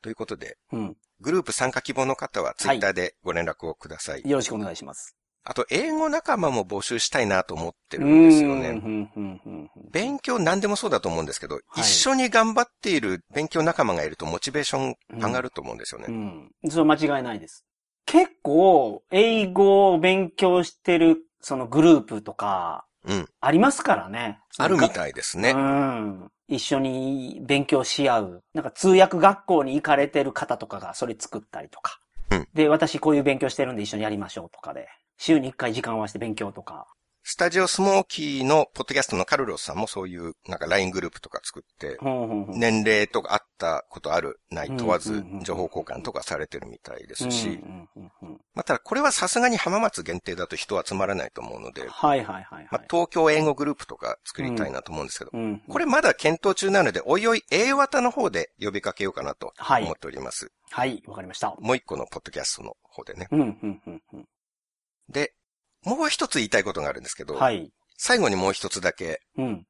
[SPEAKER 2] ということで、
[SPEAKER 3] うん。
[SPEAKER 2] グループ参加希望の方はツイッターでご連絡をください。
[SPEAKER 3] よろしくお願いします。
[SPEAKER 2] あと、英語仲間も募集したいなと思って
[SPEAKER 3] う
[SPEAKER 2] る
[SPEAKER 3] ー
[SPEAKER 2] ん
[SPEAKER 3] ん。
[SPEAKER 2] ですよね。
[SPEAKER 3] うんうんうんうん
[SPEAKER 2] 勉強何でもそうだと思うんですけど、
[SPEAKER 3] い
[SPEAKER 2] 一緒に頑張っている勉強仲間がいるとモチベーション上がると思うんですよね。
[SPEAKER 3] うん。それは間違いないです。結構、英語を勉強してる、そのグループとか、
[SPEAKER 2] うん
[SPEAKER 3] ありますからね。
[SPEAKER 2] あるみ
[SPEAKER 3] い
[SPEAKER 2] たいですね
[SPEAKER 3] う。ん。一緒に勉強し合う。なんか通訳学校に行かれてる方とかがそれ作ったりとか。
[SPEAKER 2] うん
[SPEAKER 3] で、私こういう勉強してるんで一緒にやりましょうとかで。週に一回時間を合わせて勉強とか。
[SPEAKER 2] スタジオスモーキーのポッドキャストのカルロスさんもそういうなんか LINE グループとか作って、
[SPEAKER 3] ほんほんほん
[SPEAKER 2] 年齢とかあったことある、ない問わ
[SPEAKER 3] うん
[SPEAKER 2] ず
[SPEAKER 3] うんうんうん
[SPEAKER 2] 情報交換とかされてるみたいですし
[SPEAKER 3] う、んうんうんうん
[SPEAKER 2] まあ、ただこれはさすがに浜松限定だと人は集まらないと思うので、
[SPEAKER 3] はいはいはい、はい
[SPEAKER 2] まあ、東京英語グループとか作りたいなと思うんですけど、
[SPEAKER 3] うん。
[SPEAKER 2] これまだ検討中なので、おいおい A 型の方で呼びかけようかなと
[SPEAKER 3] はい
[SPEAKER 2] 思っております。
[SPEAKER 3] はい、わかりました。
[SPEAKER 2] もう一個のポッドキャストの方でね。
[SPEAKER 3] うん、うん、うんうん。
[SPEAKER 2] で、もう一つ言いたいことがあるんですけど、
[SPEAKER 3] はい。
[SPEAKER 2] 最後にもう一つだけ
[SPEAKER 3] うん。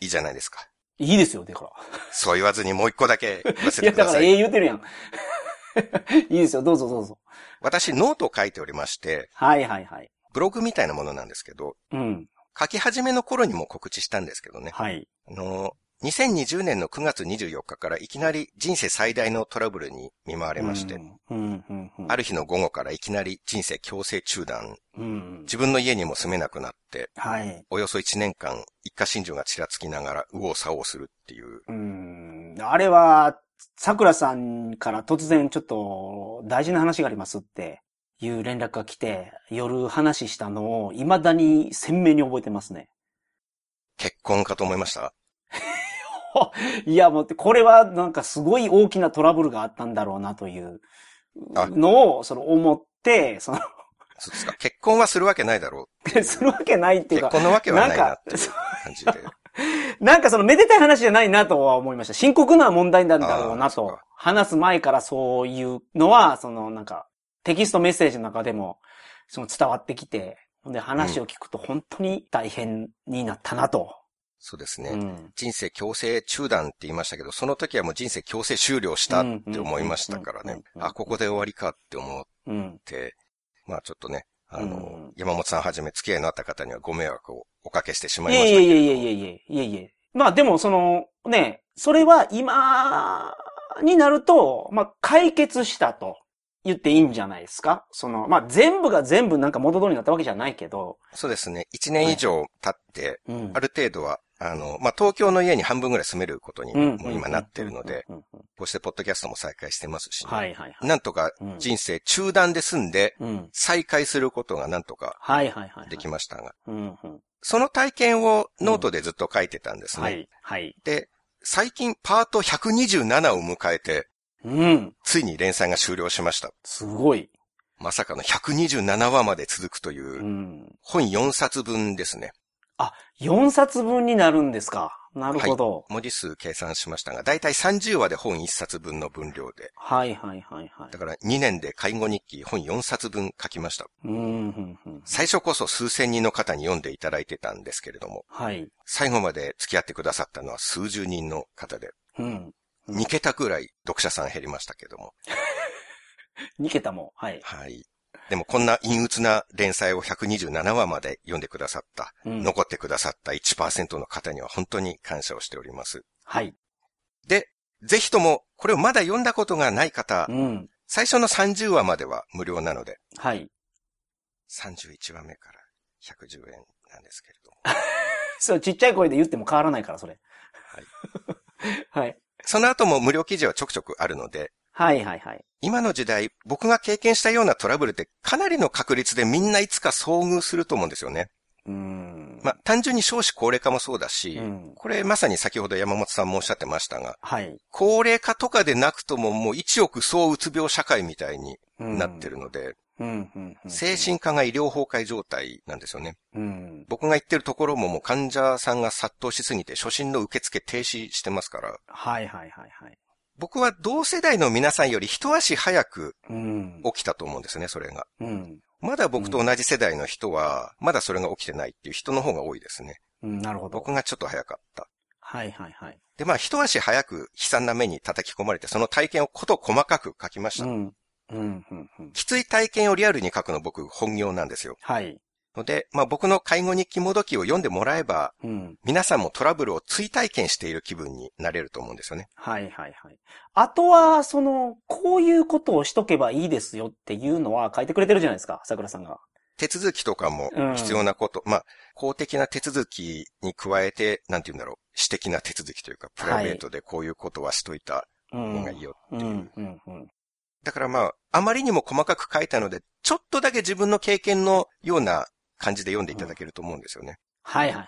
[SPEAKER 2] いいじゃないですか。
[SPEAKER 3] いいですよ、だから。
[SPEAKER 2] そう言わずにもう一個だけ言わせ
[SPEAKER 3] い
[SPEAKER 2] て
[SPEAKER 3] や、
[SPEAKER 2] く
[SPEAKER 3] だ
[SPEAKER 2] だ
[SPEAKER 3] から、
[SPEAKER 2] さ
[SPEAKER 3] え
[SPEAKER 2] い。
[SPEAKER 3] え言うてるやん。 いいですよ、どうぞどうぞ。
[SPEAKER 2] 私ノートを書いておりまして、
[SPEAKER 3] はいはいはい。
[SPEAKER 2] ブログみたいなものなんですけど、
[SPEAKER 3] うん。
[SPEAKER 2] 書き始めの頃にも告知したんですけどね。
[SPEAKER 3] はい。
[SPEAKER 2] あの、2020年の9月24日からいきなり人生最大のトラブルに見舞わ
[SPEAKER 3] あ
[SPEAKER 2] れまして、。
[SPEAKER 3] うん、うん、うん。
[SPEAKER 2] あ
[SPEAKER 3] る。
[SPEAKER 2] る日の午後からいきなり人生強制中断、
[SPEAKER 3] うん。
[SPEAKER 2] 自分の家にも住めなくなって、
[SPEAKER 3] はい。
[SPEAKER 2] およそ1年間一家心中がちらつきながら右往左往するっていう、
[SPEAKER 3] うん。あれは、桜さんから突然ちょっと大事な話がありますっていう連絡が来て、夜話したのを未だに鮮明に覚えてますね。
[SPEAKER 2] 結婚かと思いました。
[SPEAKER 3] いや、もう、これはなんかすごい大きなトラブルがあったんだろうなという
[SPEAKER 2] あ
[SPEAKER 3] のを、その思って、その、
[SPEAKER 2] そうですか。結婚はするわけないだろ
[SPEAKER 3] するわけないっ
[SPEAKER 2] う。
[SPEAKER 3] ていう
[SPEAKER 2] 結
[SPEAKER 3] か、
[SPEAKER 2] 婚のわけはないなってい
[SPEAKER 3] なんか
[SPEAKER 2] う感じで。
[SPEAKER 3] なんかそのめでたい話じゃないなとは思いました。深刻な問題なんだろう
[SPEAKER 2] あー
[SPEAKER 3] な
[SPEAKER 2] そう
[SPEAKER 3] と
[SPEAKER 2] か。
[SPEAKER 3] 話す前からそういうのは、そのなんか、テキストメッセージの中でも、その伝わってきて、ほんで話を聞くと本当に大変になったなと。
[SPEAKER 2] そうです
[SPEAKER 3] う
[SPEAKER 2] ね。
[SPEAKER 3] ん。
[SPEAKER 2] 人生強制中断って言いましたけど、その時はもう人生強制終了したって思いましたから
[SPEAKER 3] うんうん
[SPEAKER 2] ね
[SPEAKER 3] うん。うん
[SPEAKER 2] あ、ここで終わりかって思っ
[SPEAKER 3] うん。
[SPEAKER 2] って、まあちょっとね、あの、
[SPEAKER 3] うん
[SPEAKER 2] 山本さんはじめ付き合いのあった方にはご迷惑をおかけしてしま
[SPEAKER 3] い
[SPEAKER 2] いま
[SPEAKER 3] え
[SPEAKER 2] し
[SPEAKER 3] い
[SPEAKER 2] たけ
[SPEAKER 3] えい
[SPEAKER 2] れど
[SPEAKER 3] え
[SPEAKER 2] も
[SPEAKER 3] いえいえいえいえいえ。まあでもその、ね、それは今になると、まあ解決したと言っていいんじゃないですかその、まあ全部が全部なんか元通りになったわけじゃないけど、
[SPEAKER 2] そうですね。1年以上経って、
[SPEAKER 3] うん
[SPEAKER 2] ある程度は、あの、まあ東京の家に半分ぐらい住めることに
[SPEAKER 3] うん
[SPEAKER 2] もう今なってるので、、
[SPEAKER 3] うんうんうん
[SPEAKER 2] こうしてポッドキャストも再開してますし、
[SPEAKER 3] はいはいはい。
[SPEAKER 2] なんとか
[SPEAKER 3] うん
[SPEAKER 2] 人生中断で済んで、
[SPEAKER 3] うん。
[SPEAKER 2] 再開することがなんとか
[SPEAKER 3] はいはいはい。
[SPEAKER 2] できましたが、
[SPEAKER 3] うんうん。
[SPEAKER 2] その体験をノートでずっと書いてたんですね。
[SPEAKER 3] はいはい。
[SPEAKER 2] で、最近パート127を迎えて、
[SPEAKER 3] うん。
[SPEAKER 2] ついに連載が終了しました。
[SPEAKER 3] すごい。
[SPEAKER 2] まさかの127話まで続くというう、
[SPEAKER 3] ん。
[SPEAKER 2] 本4冊分ですね。
[SPEAKER 3] 4冊分になるんですか。なるほど。
[SPEAKER 2] 文字数計算しましたが、だいたい30話で本1冊分の分量で。
[SPEAKER 3] はいはいはいはい
[SPEAKER 2] だ。から2年で介護日記本4冊分書きました。
[SPEAKER 3] うんうんうん。
[SPEAKER 2] 最初こそ数千人の方に読んでいただいてたんですけれども、
[SPEAKER 3] はい。
[SPEAKER 2] 最後まで付き合ってくださったのは数十人の方で、
[SPEAKER 3] うん。うん
[SPEAKER 2] 2桁くらい読者さん減りましたけども。
[SPEAKER 3] 2桁も。はい。
[SPEAKER 2] はい。でもこんな陰鬱な連載を127話まで読んでくださった、
[SPEAKER 3] うん
[SPEAKER 2] 残ってくださった1%の方には本当に感謝をしております。
[SPEAKER 3] はい。
[SPEAKER 2] で、ぜひとも、これをまだ読んだことがない方
[SPEAKER 3] う、ん。
[SPEAKER 2] 最初の30話までは無料なので、
[SPEAKER 3] はい。
[SPEAKER 2] 31話目から110円なんですけれども。
[SPEAKER 3] そう、ちっちゃい声で言っても変わらないから、それ。 はい。はい。
[SPEAKER 2] その後も無料記事はちょくちょくあるので、
[SPEAKER 3] はいはいはい。
[SPEAKER 2] 今の時代、僕が経験したようなトラブルってかなりの確率でみんないつか遭遇すると思うんですよね。
[SPEAKER 3] うん。
[SPEAKER 2] まあ、単純に少子高齢化もそうだし、
[SPEAKER 3] うん
[SPEAKER 2] これまさに先ほど山本さんもおっしゃってましたが、
[SPEAKER 3] はい。
[SPEAKER 2] 高齢化とかでなくとももう1億総うつ病社会みたいになってるので、
[SPEAKER 3] うん。うんうんうん。
[SPEAKER 2] 精神科が医療崩壊状態なんですよね。
[SPEAKER 3] うん。
[SPEAKER 2] 僕が言ってるところももう患者さんが殺到しすぎて初診の受付停止してますから、
[SPEAKER 3] はいはいはいはい。
[SPEAKER 2] 僕は同世代の皆さんより一足早く
[SPEAKER 3] うん。
[SPEAKER 2] 起きたと思うんですね、それが。
[SPEAKER 3] うん。
[SPEAKER 2] まだ僕と同じ世代の人は、まだそれが起きてないっていう人の方が多いですね。
[SPEAKER 3] うん、なるほど。
[SPEAKER 2] 僕がちょっと早かった。
[SPEAKER 3] はいはいはい。
[SPEAKER 2] で、まあ、一足早く悲惨な目に叩き込まれて、その体験をこと細かく書きました。
[SPEAKER 3] うん。うん、うん、うん。
[SPEAKER 2] きつい体験をリアルに書くの僕、本業なんですよ。
[SPEAKER 3] はい。
[SPEAKER 2] ので、まあ、僕の介護日記もどきを読んでもらえば、
[SPEAKER 3] うん。
[SPEAKER 2] 皆さんもトラブルを追体験している気分になれると思うんですよね。
[SPEAKER 3] はいはいはい。あとは、その、こういうことをしとけばいいですよっていうのは書いてくれてるじゃないですか、桜さんが。
[SPEAKER 2] 手続きとかも
[SPEAKER 3] うん
[SPEAKER 2] 必要なこと、まあ、公的な手続きに加えて、なんて言うんだろう、私的な手続きというか、プライベートでこういうことはしといた
[SPEAKER 3] う
[SPEAKER 2] 方
[SPEAKER 3] ん。
[SPEAKER 2] がいいよ。
[SPEAKER 3] うん、うん、うん。
[SPEAKER 2] だからまあ、あまりにも細かく書いたので、ちょっとだけ自分の経験のような感じで読んでいただけると思うんですよね。
[SPEAKER 3] はいはいはい。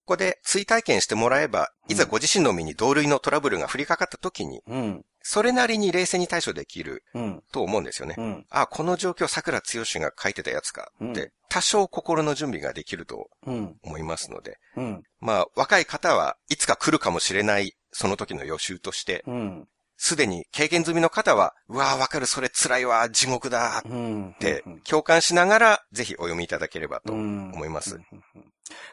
[SPEAKER 2] ここで追体験してもらえば、
[SPEAKER 3] うん
[SPEAKER 2] いざご自身の身に同類のトラブルが降りかかった時に、
[SPEAKER 3] うん、
[SPEAKER 2] それなりに冷静に対処できる
[SPEAKER 3] うん、
[SPEAKER 2] と思うんですよね。
[SPEAKER 3] うん、
[SPEAKER 2] あ、この状況桜つよしが書いてたやつか
[SPEAKER 3] うん
[SPEAKER 2] って、多少心の準備ができると
[SPEAKER 3] うん、
[SPEAKER 2] 思いますので、
[SPEAKER 3] うん、
[SPEAKER 2] まあ、若い方はいつか来るかもしれない、その時の予習として、
[SPEAKER 3] うん、
[SPEAKER 2] すでに経験済みの方は、うわーわかる、それ辛いわ、地獄だ、っ
[SPEAKER 3] うん。って
[SPEAKER 2] 共感しながら、ぜひお読みいただければと
[SPEAKER 3] 思
[SPEAKER 2] 思います。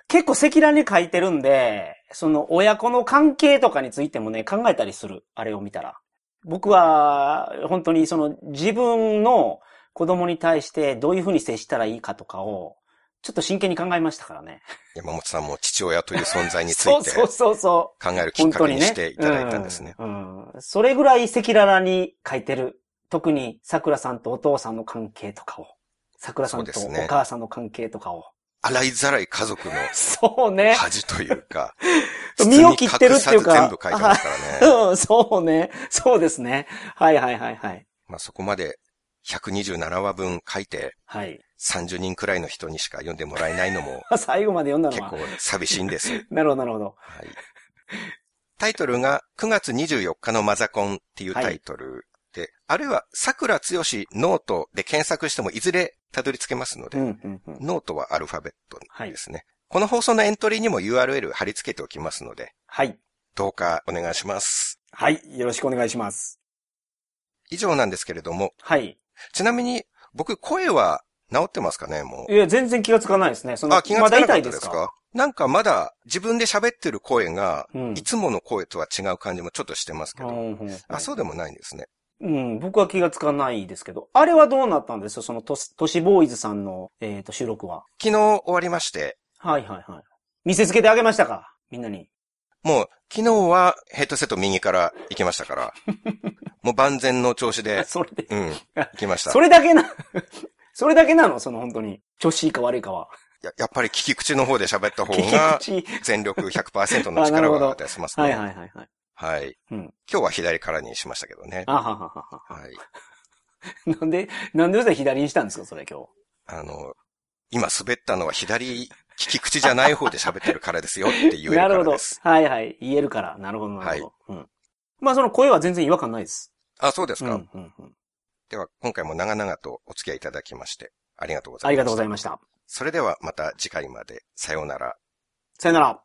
[SPEAKER 3] 結構赤裸々に書いてるんで、その親子の関係とかについてもね、考えたりする。あれを見たら。僕は、本当にその自分の子供に対してどういうふうに接したらいいかとかを、ちょっと真剣に考えましたからね。
[SPEAKER 2] 山本さんも父親という存在につ
[SPEAKER 3] そう
[SPEAKER 2] いて
[SPEAKER 3] そうそうそ
[SPEAKER 2] 考える
[SPEAKER 3] う。
[SPEAKER 2] きっ
[SPEAKER 3] 本
[SPEAKER 2] か
[SPEAKER 3] 当
[SPEAKER 2] け
[SPEAKER 3] に
[SPEAKER 2] に
[SPEAKER 3] ね。
[SPEAKER 2] していただいたんですね。
[SPEAKER 3] うん。うんそれぐらい赤裸々に書いてる。特に桜さんとお父さんの関係とかを。桜さんと
[SPEAKER 2] そう
[SPEAKER 3] お
[SPEAKER 2] ですね
[SPEAKER 3] 母さんの関係とかを。
[SPEAKER 2] 洗いざらい家族の
[SPEAKER 3] そうね。、
[SPEAKER 2] 恥というか
[SPEAKER 3] 身を切ってるってい
[SPEAKER 2] 包み隠さ
[SPEAKER 3] うか
[SPEAKER 2] ず全部書いてますからね。
[SPEAKER 3] うん、そうね。そうですね。はいはいはいはい。
[SPEAKER 2] まあそこまで127話分書いて
[SPEAKER 3] はい。
[SPEAKER 2] 30人くらいの人にしか読んでもらえないのも
[SPEAKER 3] 最 後まで読んだ
[SPEAKER 2] 結
[SPEAKER 3] のは
[SPEAKER 2] 構。寂しいんです。
[SPEAKER 3] なるほどなるほど。
[SPEAKER 2] はいタイトルが9月24日のマザコンっていうタイトルで、あるいは桜つよしノートで検索してもいずれたどり着けますの
[SPEAKER 3] う
[SPEAKER 2] で、
[SPEAKER 3] んうんうん。
[SPEAKER 2] ノートはアルファベットですね。この放送のエントリーにも URL 貼り付けておきますので、
[SPEAKER 3] はい。
[SPEAKER 2] どうかお願いします。
[SPEAKER 3] はい。よろしくお願いします。
[SPEAKER 2] 以上なんですけれども、
[SPEAKER 3] はい。
[SPEAKER 2] ちなみに僕声は治ってますかね、も。
[SPEAKER 3] いや、全然気がつかないですね。そうの、
[SPEAKER 2] あ、気がつかなかったで
[SPEAKER 3] まだ
[SPEAKER 2] す
[SPEAKER 3] 痛い
[SPEAKER 2] かなんかまだ自分で喋ってる声が、
[SPEAKER 3] うん
[SPEAKER 2] いつもの声とは違う感じもちょっとしてますけ
[SPEAKER 3] う
[SPEAKER 2] ど、
[SPEAKER 3] んうんうん
[SPEAKER 2] あ、そうでもないんですね。
[SPEAKER 3] うん、僕は気がつかないですけど。あれはどうなったんですよその都市、都市ボーイズさんの、えっ、と、収録は。
[SPEAKER 2] 昨日終わりまして、
[SPEAKER 3] はいはいはい。見せつけてあげましたかみんなに。
[SPEAKER 2] もう昨日はヘッドセット右から行きました から、もう万全の調子で、
[SPEAKER 3] それで、
[SPEAKER 2] うん、行きました
[SPEAKER 3] そ。れだけな、 それだけなのその本当に。調子いいか悪いかは。
[SPEAKER 2] ややっぱり聞き口の方で喋った方
[SPEAKER 3] 聞
[SPEAKER 2] が、
[SPEAKER 3] き口。
[SPEAKER 2] 全力100%
[SPEAKER 3] あ
[SPEAKER 2] の
[SPEAKER 3] なる
[SPEAKER 2] 力
[SPEAKER 3] ほど
[SPEAKER 2] は出せます
[SPEAKER 3] はい
[SPEAKER 2] ね。
[SPEAKER 3] はいはいはい。
[SPEAKER 2] はい。
[SPEAKER 3] うん
[SPEAKER 2] 今日は左からにしましたけどね。
[SPEAKER 3] あはははは。
[SPEAKER 2] はい。
[SPEAKER 3] なんで、なんでそれ左にしたんですかそれ今日。
[SPEAKER 2] あの、今滑ったのは左利き口じゃない方で喋ってるからですよって言えるか
[SPEAKER 3] なる
[SPEAKER 2] ら
[SPEAKER 3] ほど
[SPEAKER 2] です。。
[SPEAKER 3] はいはい。言えるから。なるほどなるほど。うん。まあその声は全然違和感ないです。
[SPEAKER 2] あ、そうです
[SPEAKER 3] うん
[SPEAKER 2] か。
[SPEAKER 3] うんうん
[SPEAKER 2] では、今回も長々とお付き合いいただきまして、ありがとうございました。
[SPEAKER 3] ありがとうござい
[SPEAKER 2] ま
[SPEAKER 3] ました。
[SPEAKER 2] す。それではまた次回まで。さようなら。
[SPEAKER 3] さよなら。